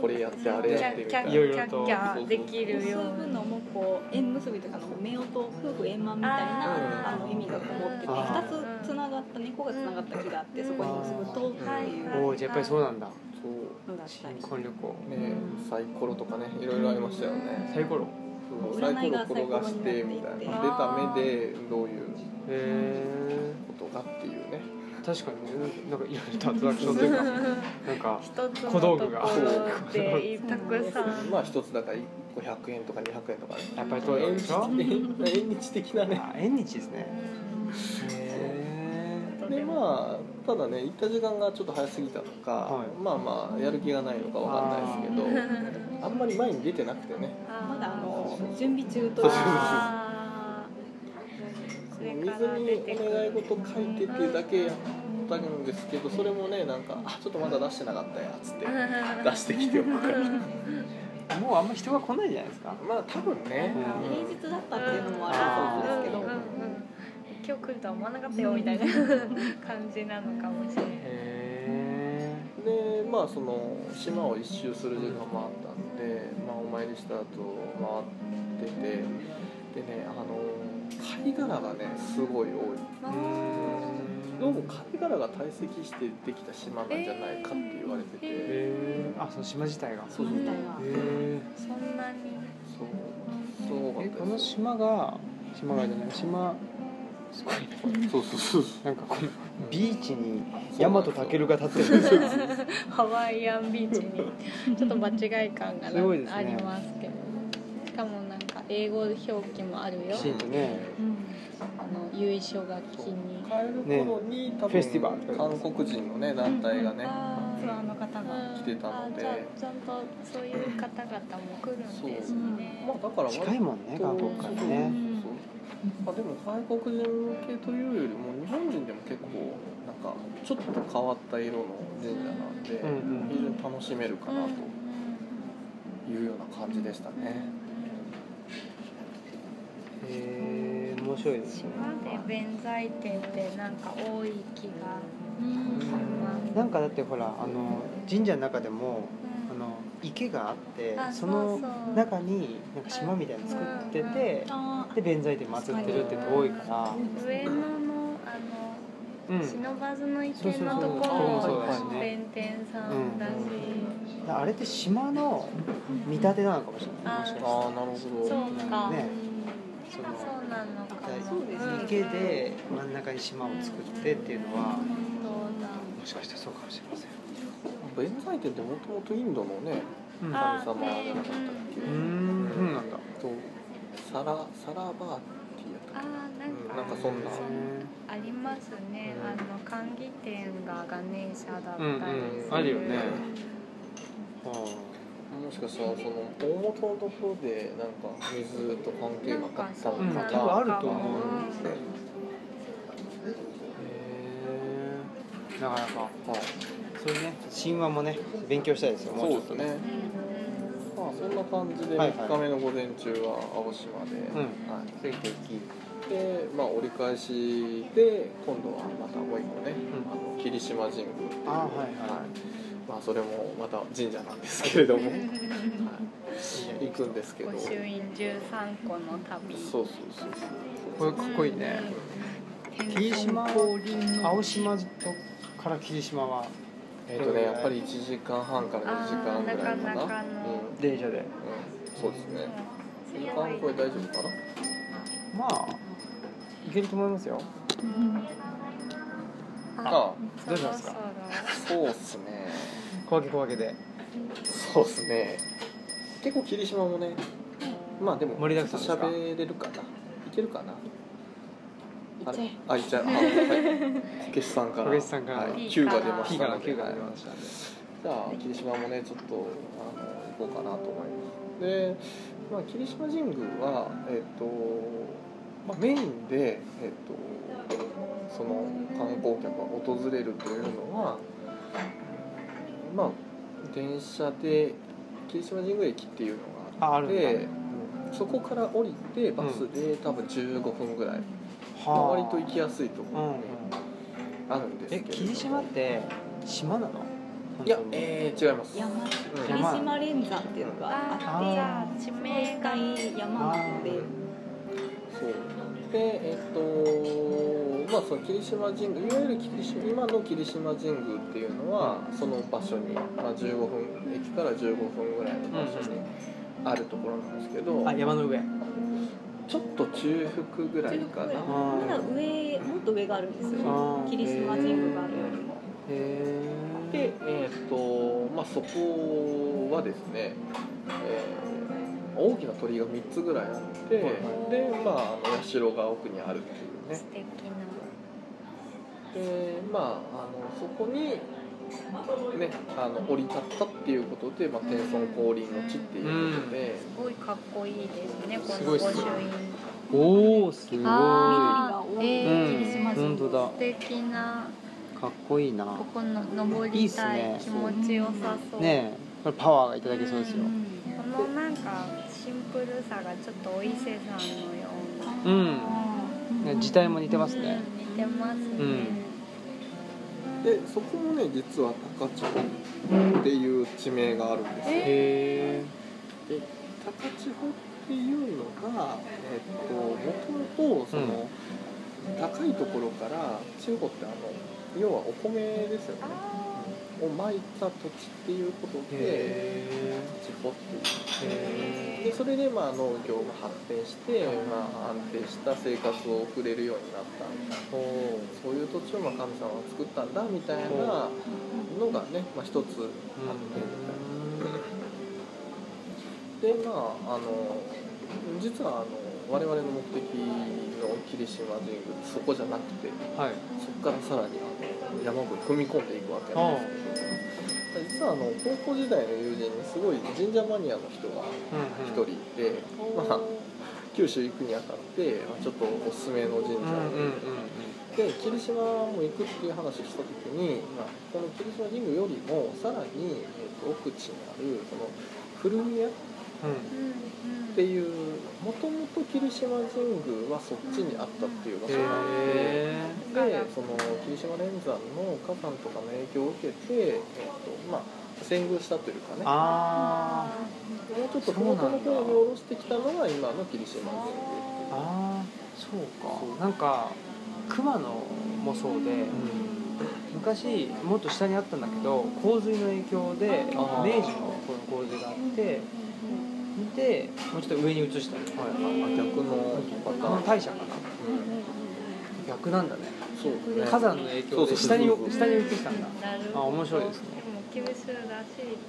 Speaker 2: これやってあれやってみたいな
Speaker 1: キャッキャッ
Speaker 3: キャーでき
Speaker 4: 結
Speaker 3: るよ
Speaker 4: ぶのもこう縁結びとかの夫婦夫婦円満みたいな
Speaker 2: あ
Speaker 4: あ
Speaker 2: ー
Speaker 4: の意味がこもってて
Speaker 1: あー
Speaker 4: 2つつながった猫がつながった木があってそこに結ぶとっていう
Speaker 1: おおーじゃあやっぱりそうなんだ
Speaker 2: そう
Speaker 4: のだった
Speaker 1: 新
Speaker 4: り
Speaker 1: 婚旅行
Speaker 2: ねサイコロとかねいろいろありましたよね
Speaker 1: サイコロ
Speaker 2: そうサイコロ転がしてみたいな出た目でどういう
Speaker 1: へ
Speaker 2: ことがっていうね
Speaker 1: ー確かにねなんかいろいろとアトラクションという [LAUGHS] かなんか
Speaker 3: 一つの
Speaker 1: 小
Speaker 3: と
Speaker 1: 道
Speaker 3: こ
Speaker 1: 具が
Speaker 3: ろでたくさん
Speaker 2: まあ一つだから1個100円とか200円とかね [LAUGHS]
Speaker 1: やっぱりそうなんでしょ
Speaker 2: 縁日的なね
Speaker 1: あ縁日ですね
Speaker 3: う
Speaker 1: へ
Speaker 3: ん
Speaker 2: でまあただね行った時間がちょっと早すぎたのか、
Speaker 1: はい
Speaker 2: まあまあやる気がないのかわかんないですけどあんまり前に出てなくてね
Speaker 3: あー
Speaker 4: まだあの準備中というか
Speaker 3: あーこ
Speaker 2: 水
Speaker 3: れ
Speaker 2: に
Speaker 3: から出てく
Speaker 2: お願い
Speaker 3: る
Speaker 2: 事書いてっていうだけやったんですけどそれもねなんか「あちょっとまだ出してなかったや」っつって出してきておくから
Speaker 1: えもうあんま人が来ないじゃないですか
Speaker 2: まあ多分ね、
Speaker 1: うん
Speaker 4: 平日だったっていうのもあるそうですけ
Speaker 3: うん
Speaker 4: ど、
Speaker 3: うんうん
Speaker 1: あ
Speaker 3: 今日来るとは思わなかったよみたいな感じなのかもしれない。
Speaker 1: へ
Speaker 2: でまあその島を一周する時間もあったんで、まあ、お参りした後回っててでねあの貝殻がねすごい多い
Speaker 1: え
Speaker 3: あー
Speaker 2: どうも貝殻が堆積してできた島なんじゃないかって言われてて、
Speaker 3: え
Speaker 1: へーあその島自体がへ
Speaker 2: そうそう
Speaker 4: みたいな
Speaker 1: え
Speaker 3: そんなに。
Speaker 2: そうすごか
Speaker 1: え
Speaker 2: った
Speaker 1: この
Speaker 2: です
Speaker 1: 島が島がじゃない島すごいね
Speaker 2: そうそうそう
Speaker 1: なんかこのビーチに大和健が立ってる
Speaker 2: そう
Speaker 3: ハワイアンビーチにちょっと間違い感がな
Speaker 1: すごいですね
Speaker 3: ありますけどしかもなんか英語表記もあるよ
Speaker 1: きちんとね
Speaker 3: あの由緒がきに
Speaker 2: 帰る頃に、多
Speaker 1: フェスティバ
Speaker 2: 分
Speaker 1: ル
Speaker 2: 韓国人のね団体がね、
Speaker 3: あ
Speaker 4: ツアーの方が、
Speaker 3: ー
Speaker 2: 来てたので
Speaker 3: あーじゃあちゃんとそういう方々も来るんですね
Speaker 2: まあだから割と
Speaker 1: 近いもんね韓国からね
Speaker 2: そうまあ、でも外国人向けというよりも日本人でも結構なんかちょっと変わった色の神社なんで、
Speaker 1: うんうん
Speaker 2: 非常に楽しめるか
Speaker 3: うん
Speaker 2: なというような感じでしたね、
Speaker 1: へえ面白いですね
Speaker 3: 島で弁財天ってなんか多い気が
Speaker 4: うん
Speaker 1: なんかだってほらあの神社の中でもあの池があって
Speaker 3: あ
Speaker 1: その
Speaker 3: そうそう
Speaker 1: 中になんか島みたいなの作ってて
Speaker 4: あ
Speaker 1: で弁財天祀ってるって遠いから
Speaker 3: 上野のあの
Speaker 1: うん
Speaker 3: 忍ばずの池
Speaker 2: そう
Speaker 3: のとこ
Speaker 2: そうそうそう
Speaker 3: ろ
Speaker 2: だし
Speaker 3: も
Speaker 1: ね
Speaker 3: 弁天さんだし、
Speaker 1: だからあれって島の見立てなのかもしれないもしかした
Speaker 2: あ
Speaker 1: ら
Speaker 2: あなるほど
Speaker 3: そうか、
Speaker 1: ね
Speaker 3: そそうなのかも
Speaker 1: そう
Speaker 4: ですね
Speaker 1: 池で真ん中に島を作ってっていうのは
Speaker 3: うんそうだ
Speaker 1: もしかしたらそうかもしれません
Speaker 2: 弁財天ってもともとインドのね
Speaker 1: うん
Speaker 3: あ
Speaker 2: 神様じゃなかったっけ、
Speaker 1: うーんそうなんだ
Speaker 2: とサラサラバーティやった
Speaker 3: あ
Speaker 2: っ
Speaker 3: ーなんか,、
Speaker 2: うんなんかそんな
Speaker 3: ありますね、
Speaker 2: うん
Speaker 3: あの管理店がガネーシャだった
Speaker 1: う
Speaker 3: り
Speaker 1: んう
Speaker 3: す
Speaker 1: ん
Speaker 3: る
Speaker 1: あるよね
Speaker 2: けもしかしたらその大元のところでなんか水と関係
Speaker 3: なん
Speaker 2: があ
Speaker 3: か
Speaker 2: った
Speaker 3: そ
Speaker 2: の
Speaker 3: うなの
Speaker 2: か
Speaker 1: 多
Speaker 2: な
Speaker 1: 分あ
Speaker 3: か
Speaker 1: ると
Speaker 3: も
Speaker 1: 思う
Speaker 3: うん
Speaker 1: へえなかなか
Speaker 2: はい
Speaker 1: そういうね神話もね勉強したいですよも
Speaker 2: そうう
Speaker 1: ちょっ
Speaker 2: で
Speaker 1: と
Speaker 2: すねまあそんな感じで
Speaker 1: はいはい
Speaker 2: 3日目の午前中は青島で、
Speaker 1: ん
Speaker 2: は
Speaker 1: ついていき
Speaker 2: い、で、まあ、折り返しで今度はまたもう一個ね、あの霧島神宮っていう
Speaker 1: ああはいはい
Speaker 2: はいまあ、それもまた神社なんですけれども、は
Speaker 3: うん
Speaker 2: い、行くんですけど
Speaker 3: 御朱印13個の旅
Speaker 2: そうそうそう
Speaker 1: こ
Speaker 2: そう
Speaker 1: れかっこいいね霧島青島とから霧島は
Speaker 2: えっ、とねやっぱり1時間半から2時間ぐらいかな
Speaker 3: あーなかなか
Speaker 2: う
Speaker 3: の
Speaker 2: んうん、
Speaker 1: 電車で
Speaker 2: そうですね時間
Speaker 3: うん
Speaker 2: これ大丈夫かな
Speaker 1: まあいけると思いますよ
Speaker 2: あ
Speaker 1: どうしますか
Speaker 3: そろ
Speaker 2: そうっすね
Speaker 1: 小分け小分けで
Speaker 2: そうっすね結構霧島もねまあでも
Speaker 1: 盛りだくさんですか
Speaker 2: 喋れるかないけるかなあれ
Speaker 4: 行っち
Speaker 2: あいっちゃうあはいこけしさんから
Speaker 1: 小口さんから
Speaker 2: はい
Speaker 3: いい
Speaker 2: Q
Speaker 3: かな
Speaker 2: が出ま
Speaker 1: P
Speaker 2: し
Speaker 1: か
Speaker 2: た
Speaker 1: ら
Speaker 2: ので
Speaker 1: Q が出ましたんで
Speaker 2: じゃあ霧島もねちょっとあの行こうかなと思いますで、まあ、霧島神宮はえっと、まあ、メインでえっとその観光客が訪れるというのはまあ電車で霧島神宮駅っていうのが
Speaker 1: ああ
Speaker 2: あっ
Speaker 1: るんだ
Speaker 2: てそこから降りてバスで多分15分ぐらい、まあ割と行きやすいとこ
Speaker 1: うんう
Speaker 2: ろ
Speaker 1: ん
Speaker 2: にあるんですけ
Speaker 1: え
Speaker 2: れども、
Speaker 1: 霧島って島なの本
Speaker 2: いや
Speaker 1: 当、に
Speaker 2: えー違います
Speaker 4: 山
Speaker 2: うん
Speaker 4: 霧島連山っていうのが
Speaker 3: あ
Speaker 1: ー
Speaker 4: あって
Speaker 3: じゃあ地名
Speaker 4: 一
Speaker 3: が
Speaker 4: 回山なので
Speaker 2: そうでえっとまあその霧島神宮いわゆる霧島今の霧島神宮っていうのはその場所に、まあ、15分駅から15分ぐらいの場所にあるところなんですけど、
Speaker 1: あ山の上
Speaker 2: ちょっと中腹ぐらいかな
Speaker 4: 中
Speaker 1: 腹
Speaker 4: まだ上もっと上があるんです
Speaker 1: あ
Speaker 4: よ
Speaker 1: ー
Speaker 4: 霧島神宮があるよりも
Speaker 1: へ
Speaker 2: でえっとまあそこはですね、えー大きな鳥居が3つぐらいあって、
Speaker 1: はい
Speaker 2: でまああの社が奥にあるっていうね
Speaker 3: 素敵
Speaker 2: でまああのそこに、ね、あの降り立ったっていうことで、まあ、天孫降臨の地っていうことで、
Speaker 3: なすごいかっこいいですねこ
Speaker 1: す
Speaker 3: の
Speaker 1: ご
Speaker 3: 御
Speaker 1: いすごい
Speaker 3: 朱印
Speaker 1: おおすごい
Speaker 3: あー
Speaker 4: 緑
Speaker 3: え
Speaker 4: が
Speaker 3: ー
Speaker 4: 多い霧島神
Speaker 1: 本当
Speaker 4: 宮
Speaker 1: だ
Speaker 3: 素敵な
Speaker 1: かっこいいな
Speaker 3: ここの登りたい
Speaker 1: いいっすね
Speaker 3: 気持ちよさそう
Speaker 1: ねえこれパワーがいただけそうですよ
Speaker 3: んこののなんかシンプルさがちょっとお伊勢さんのような
Speaker 1: うん時代も似てますね
Speaker 3: 似てますね、
Speaker 1: うん
Speaker 2: でそこもね実は高千穂っていう地名があるんですよ、
Speaker 1: へ
Speaker 4: え
Speaker 1: え
Speaker 2: で高千穂っていうのがえっともともとその、高いところから中国ってあの要はお米ですよね
Speaker 3: あ
Speaker 2: をまいた土地っていうことで
Speaker 1: へ
Speaker 2: 高千穂っていう
Speaker 1: え
Speaker 2: でそれでまあ農業が発展して、まあ、安定した生活を送れるようになったみたいなそういう土地をまあ神様が作ったんだみたいなのがね、まあ、一つあって、でまああの実はあの我々の目的の霧島神宮ってそこじゃなくて
Speaker 1: はい
Speaker 2: そこからさらにあの山奥に踏み込んでいくわけなんですけど実はあの高校時代の友人にすごい神社マニアの人が一人いて、まあ、九州行くにあたってまあちょっとおすすめの神社
Speaker 1: うんうんうん
Speaker 2: で霧島も行くっていう話をした時に、まあ、この霧島神宮よりもさらに、えー、と奥地にあるその古宮っ
Speaker 3: ーうんうん
Speaker 2: ていうもともと霧島神宮はそっちにあったっていう場
Speaker 1: へ
Speaker 2: 所なんで。
Speaker 1: え
Speaker 2: でその霧島連山の火山とかの影響を受けて、えっとまあ、遷宮したというかねも
Speaker 1: あ
Speaker 2: うちょっと麓の方に下ろしてきたのが今の霧島
Speaker 1: ー
Speaker 2: 神
Speaker 1: あーそうかなんか熊野もそうで、昔もっと下にあったんだけど洪水の影響で明治
Speaker 2: あー
Speaker 1: のこの洪水があってでもうちょっと上に移したの、
Speaker 2: 宮っていう、逆のパタ
Speaker 1: あ
Speaker 2: ー
Speaker 1: の
Speaker 2: ン、
Speaker 1: 大社かな
Speaker 2: うん
Speaker 1: 逆なんだね
Speaker 2: そうね
Speaker 1: 火山の影響で下に
Speaker 2: そうそうそうそう
Speaker 1: 下に移したんだ
Speaker 3: なるほど
Speaker 1: あ面白いですね
Speaker 3: でも九州らしい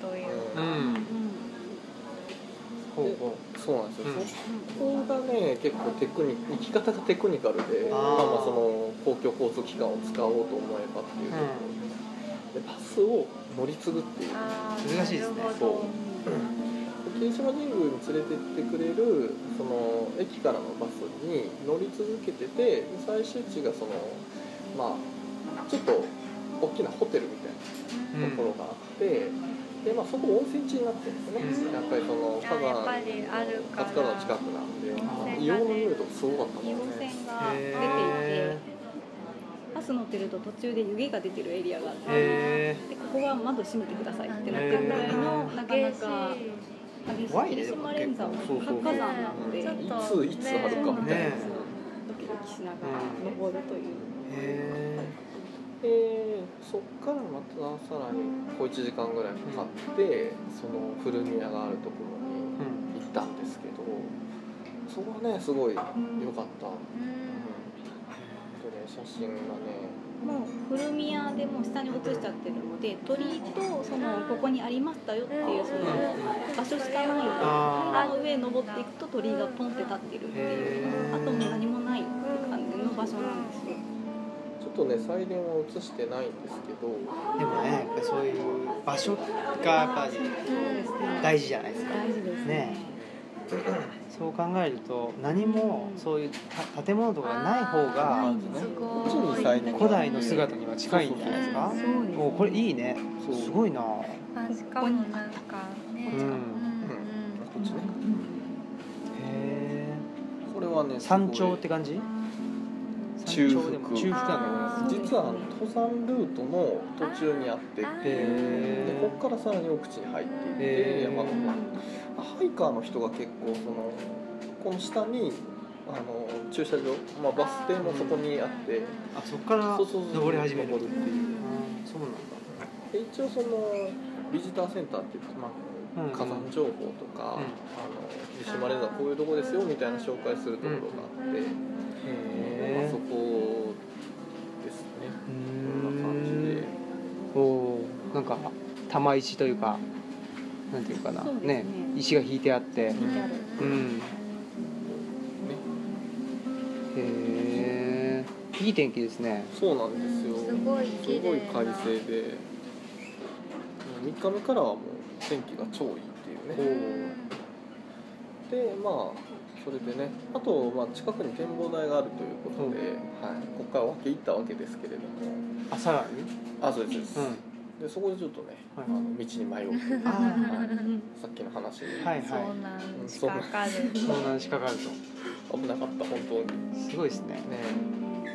Speaker 3: という
Speaker 2: う
Speaker 1: うんんほうほ
Speaker 2: そうなんですよ、
Speaker 1: うん
Speaker 2: そこがね結構テクニック生き方がテクニカルで
Speaker 1: あー
Speaker 2: まあまあその公共交通機関を使おうと思えばっていうう、
Speaker 1: う
Speaker 2: でパスを乗り継ぐっていう
Speaker 3: あー
Speaker 1: 難しいですね
Speaker 3: なる
Speaker 2: そ
Speaker 3: ほ
Speaker 2: う霧島神宮に連れてってくれるその駅からのバスに乗り続けてて最終地がそのまあちょっと大きなホテルみたいな
Speaker 1: うん
Speaker 2: ところがあって、でまあ、そこ温泉地になってるんですね、
Speaker 1: うん
Speaker 2: やっぱりその
Speaker 3: あやっぱ
Speaker 2: 火
Speaker 3: りあ
Speaker 2: 山
Speaker 3: るから
Speaker 2: 活火山の近くなん
Speaker 1: あ
Speaker 2: で
Speaker 1: ー
Speaker 2: 硫黄の匂いとかすごかったもん
Speaker 4: 硫
Speaker 2: ね
Speaker 4: 黄線が出てい
Speaker 1: へ
Speaker 4: てバス乗ってると途中で湯気が出てるエリアがあっ
Speaker 1: へ
Speaker 4: て
Speaker 1: え
Speaker 4: でここは窓閉めてくださいってなって
Speaker 1: へ
Speaker 4: るぐらいの
Speaker 1: ー
Speaker 4: なかな
Speaker 3: 激し
Speaker 4: か
Speaker 3: い
Speaker 4: 激
Speaker 1: 怖い
Speaker 4: しい
Speaker 1: ね
Speaker 4: 広島連山は
Speaker 2: そうそうそ
Speaker 4: 活
Speaker 2: う
Speaker 4: 火山なので
Speaker 3: ちょっと
Speaker 2: うんいついつあるかみたいな、
Speaker 1: ね
Speaker 4: ドキドキしながら登るという
Speaker 1: へ
Speaker 2: でそっからまたさらに小1時間ぐらいかかってその古宮があるところに
Speaker 1: えうん
Speaker 2: 行ったんですけどそこはねすごい良かった、うん本当ね写真がね
Speaker 4: もう古宮でもう下に移しちゃってるので鳥居とそのここにありましたよっていうその場所しかないので
Speaker 1: あ
Speaker 4: 階段の上登っていくと鳥居がポンって立ってるっていう
Speaker 1: へー
Speaker 4: あともう何もないって感じの場所なんですよ
Speaker 2: ちょっとね再現は映してないんですけど
Speaker 1: でもねやっぱりそういう場所がやっぱり
Speaker 4: そうですね
Speaker 1: 大事じゃないですか
Speaker 4: 大事ですね
Speaker 1: ねそう考えると何もそういうた建物とかない方
Speaker 4: な
Speaker 1: が
Speaker 4: いんですよ
Speaker 2: こっちに再現
Speaker 1: 古代の姿には近いんじゃないですか
Speaker 3: うん
Speaker 4: そうですね
Speaker 1: おこれいいね
Speaker 2: そう
Speaker 1: すごいな
Speaker 3: あしかもなんかね、
Speaker 1: うん
Speaker 2: こっちね
Speaker 1: へ
Speaker 2: これはね
Speaker 1: え山頂って感じ
Speaker 2: 中腹
Speaker 1: 山頂でも中腹なんだこ
Speaker 2: 実はあの登山ルートの途中にあって
Speaker 1: れ
Speaker 2: で
Speaker 3: へ
Speaker 1: へ
Speaker 2: ここからさらに奥地に入っていって
Speaker 1: へー
Speaker 2: 山の方ハイカーの人が結構そのこの下にあの駐車場、まあ、バス停もそこにあって
Speaker 1: えあそこから
Speaker 2: そうそうそう
Speaker 1: 登り始める
Speaker 2: 登るっていう
Speaker 1: うんそうなんだ
Speaker 2: で一応そのビジターセンターって言って、ま
Speaker 1: うん
Speaker 2: あ、火山情報とか、
Speaker 1: うん
Speaker 2: あの霧島レーザーこういうとこですよみたいな紹介するところがあって、ま
Speaker 1: へ
Speaker 2: あ、そ
Speaker 1: え
Speaker 2: こですね
Speaker 1: う
Speaker 2: こんな感じで
Speaker 1: んおーなんか玉石というかなんていうかな
Speaker 4: そうですね
Speaker 1: 石が引いてあって
Speaker 4: 置いてある
Speaker 1: うんへえいい天気ですね
Speaker 2: そうなんですよ
Speaker 3: すごい綺
Speaker 2: すごい
Speaker 3: 麗な
Speaker 2: 快晴で3日目からはもう天気が超いいっていうねでまあそれでねあと、まあ、近くに展望台があるということで、はい、ここから分け入ったわけですけれども
Speaker 1: あさらに
Speaker 2: あそうです、そうですでそこでちょっとね、
Speaker 1: はい
Speaker 2: あの道に迷うっていう
Speaker 1: あ
Speaker 2: か
Speaker 1: ー
Speaker 2: さっきの話に
Speaker 1: はい
Speaker 3: 遭
Speaker 1: は
Speaker 3: 難しかかる
Speaker 1: い遭難しかかる
Speaker 2: 危なかった本当に
Speaker 1: とすごいですね
Speaker 2: ね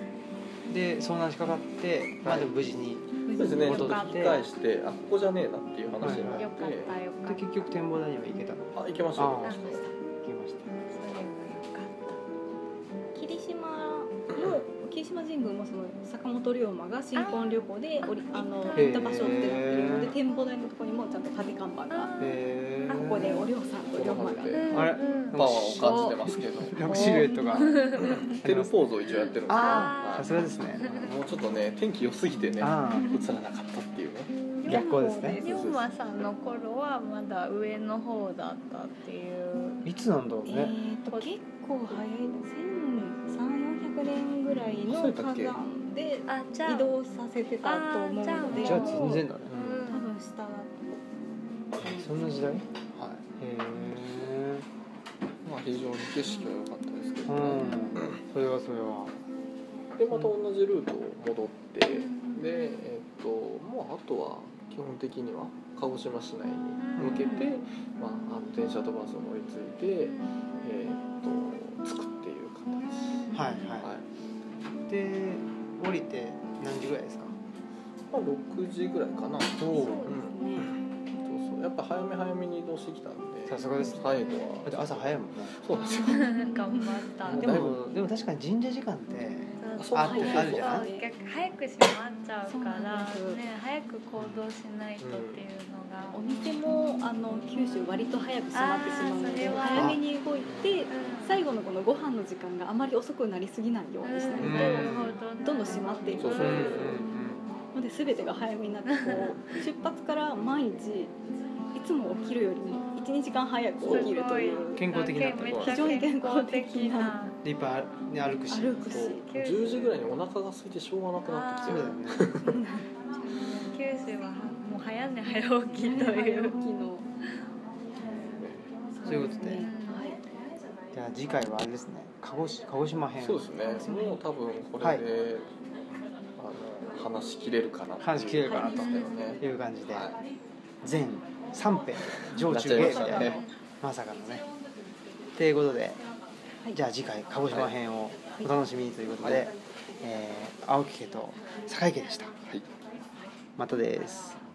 Speaker 1: で遭難しかかってまあでも無事に
Speaker 2: そうですねちょ
Speaker 1: 戻
Speaker 2: っと
Speaker 1: っ
Speaker 2: 引
Speaker 1: て
Speaker 2: き返してあここじゃねえなっていう話になって、
Speaker 3: よかったよか
Speaker 1: で
Speaker 3: った
Speaker 1: 結局展望台には行けた行
Speaker 2: あ行けました
Speaker 1: あ
Speaker 2: 行
Speaker 1: ー
Speaker 2: けま
Speaker 3: あ
Speaker 2: し
Speaker 3: の
Speaker 1: けました
Speaker 3: それが良かった
Speaker 4: 霧島の霧島神宮もその坂本龍馬が新婚旅行でおりあの
Speaker 1: へー
Speaker 4: 行った場所ってなってるので展望台のところにもちゃんと立て看板が
Speaker 3: あ
Speaker 1: へえ
Speaker 4: あここでお龍さんと龍馬が
Speaker 2: う
Speaker 3: うん
Speaker 1: あれ
Speaker 3: うん
Speaker 2: たパワーを感じてますけ [LAUGHS] ど
Speaker 1: なんかシルエ
Speaker 4: [LAUGHS]
Speaker 1: ットが
Speaker 2: テルポーズを一応やってるんですけど
Speaker 1: ああ
Speaker 2: は
Speaker 1: さすがですね
Speaker 2: いもうちょっとね天気良すぎてね映ら
Speaker 1: あ
Speaker 2: なかったっていうね
Speaker 1: 逆光ですね
Speaker 3: 龍馬さんの頃はまだ上の方だったっていう
Speaker 1: あいつなんだろう
Speaker 4: え
Speaker 1: ね
Speaker 4: ー、と結構早い1300400年ぐらい
Speaker 2: そう
Speaker 4: の
Speaker 2: だっ
Speaker 4: 火
Speaker 2: け
Speaker 4: 山で
Speaker 3: あじゃあ
Speaker 4: 移動させてたと思う
Speaker 3: あ
Speaker 4: ので
Speaker 1: じゃあ
Speaker 3: も
Speaker 1: 全
Speaker 3: う
Speaker 1: 然だね
Speaker 4: 多分下だと思います
Speaker 1: そんな時代へ
Speaker 2: はい
Speaker 1: え
Speaker 2: まあ非常に景色は良かったですけ
Speaker 1: う
Speaker 2: ど、ね
Speaker 1: んそれはそれは
Speaker 2: でまた同じルートを戻ってで
Speaker 3: うん
Speaker 2: えっともうあとは基本的には鹿児島市内に向けて、まあ、あの電車とバスを乗り継いで、えっと着くっていう形、
Speaker 1: はい
Speaker 2: はい
Speaker 1: はで降りて何時ぐらいですか
Speaker 2: まあ、6時ぐらいかなそう
Speaker 4: そう
Speaker 1: お
Speaker 4: ですね、
Speaker 2: そうやっぱ早め早めに移動してきたんで
Speaker 1: さすがですね
Speaker 2: 最後
Speaker 1: だって
Speaker 2: は
Speaker 1: 朝早いもんね
Speaker 2: そうですよ
Speaker 3: うん頑張った
Speaker 1: でもでも確かに神社時間って
Speaker 2: そう
Speaker 1: あって
Speaker 4: はい
Speaker 1: あるじゃ
Speaker 3: そ
Speaker 1: な
Speaker 3: う
Speaker 1: い
Speaker 3: 逆早く閉まっちゃう
Speaker 4: そう
Speaker 3: か
Speaker 4: なん
Speaker 3: ら
Speaker 4: です
Speaker 3: ね早く行動しないとっていうのが、
Speaker 4: お店もあの九州割と早く閉まってしま
Speaker 3: あ
Speaker 4: うの
Speaker 3: ーそれ
Speaker 4: で
Speaker 3: は
Speaker 4: 早めに動いて
Speaker 3: うん
Speaker 4: 最後のこのご飯の時間があまり遅くなりすぎないようにしないと、
Speaker 1: うん
Speaker 4: な
Speaker 3: うん
Speaker 4: どんどん閉まっていく
Speaker 2: そう
Speaker 1: う
Speaker 2: そ
Speaker 1: んうん
Speaker 2: う
Speaker 4: ので全てが早めになってこう出発から毎日いつも起きるよりも12時間早く起きるという
Speaker 1: うん健康的になった
Speaker 3: め
Speaker 1: り
Speaker 3: っ
Speaker 1: と
Speaker 3: ち
Speaker 1: か
Speaker 3: ゃ健康的な
Speaker 1: でいっぱいね歩くし
Speaker 4: 歩くし
Speaker 2: 10時ぐらいにお腹が空いてしょうがなくなってきて
Speaker 1: そうだよね
Speaker 3: 九州はもう早寝早起きとい
Speaker 4: 早起
Speaker 3: う
Speaker 4: きの
Speaker 1: そういうことで
Speaker 4: ねはい
Speaker 1: じゃあ次回はあれですね鹿児鹿児島編
Speaker 2: そうですね。もう多分これで、
Speaker 1: はい
Speaker 2: あの話し切れるかな。
Speaker 1: 話し切れるかなと
Speaker 2: ですけどね。
Speaker 1: いう感じで
Speaker 2: は
Speaker 1: 全3編上
Speaker 2: なっ
Speaker 1: 中
Speaker 2: ちゃい
Speaker 1: 下
Speaker 2: ま
Speaker 1: みた
Speaker 2: した
Speaker 1: いな
Speaker 2: ね。
Speaker 1: まさかのねということでじゃあ次回鹿児島編をお楽しみにということで、
Speaker 2: はい
Speaker 1: えー青木家と酒井家でした
Speaker 2: はい。
Speaker 1: またです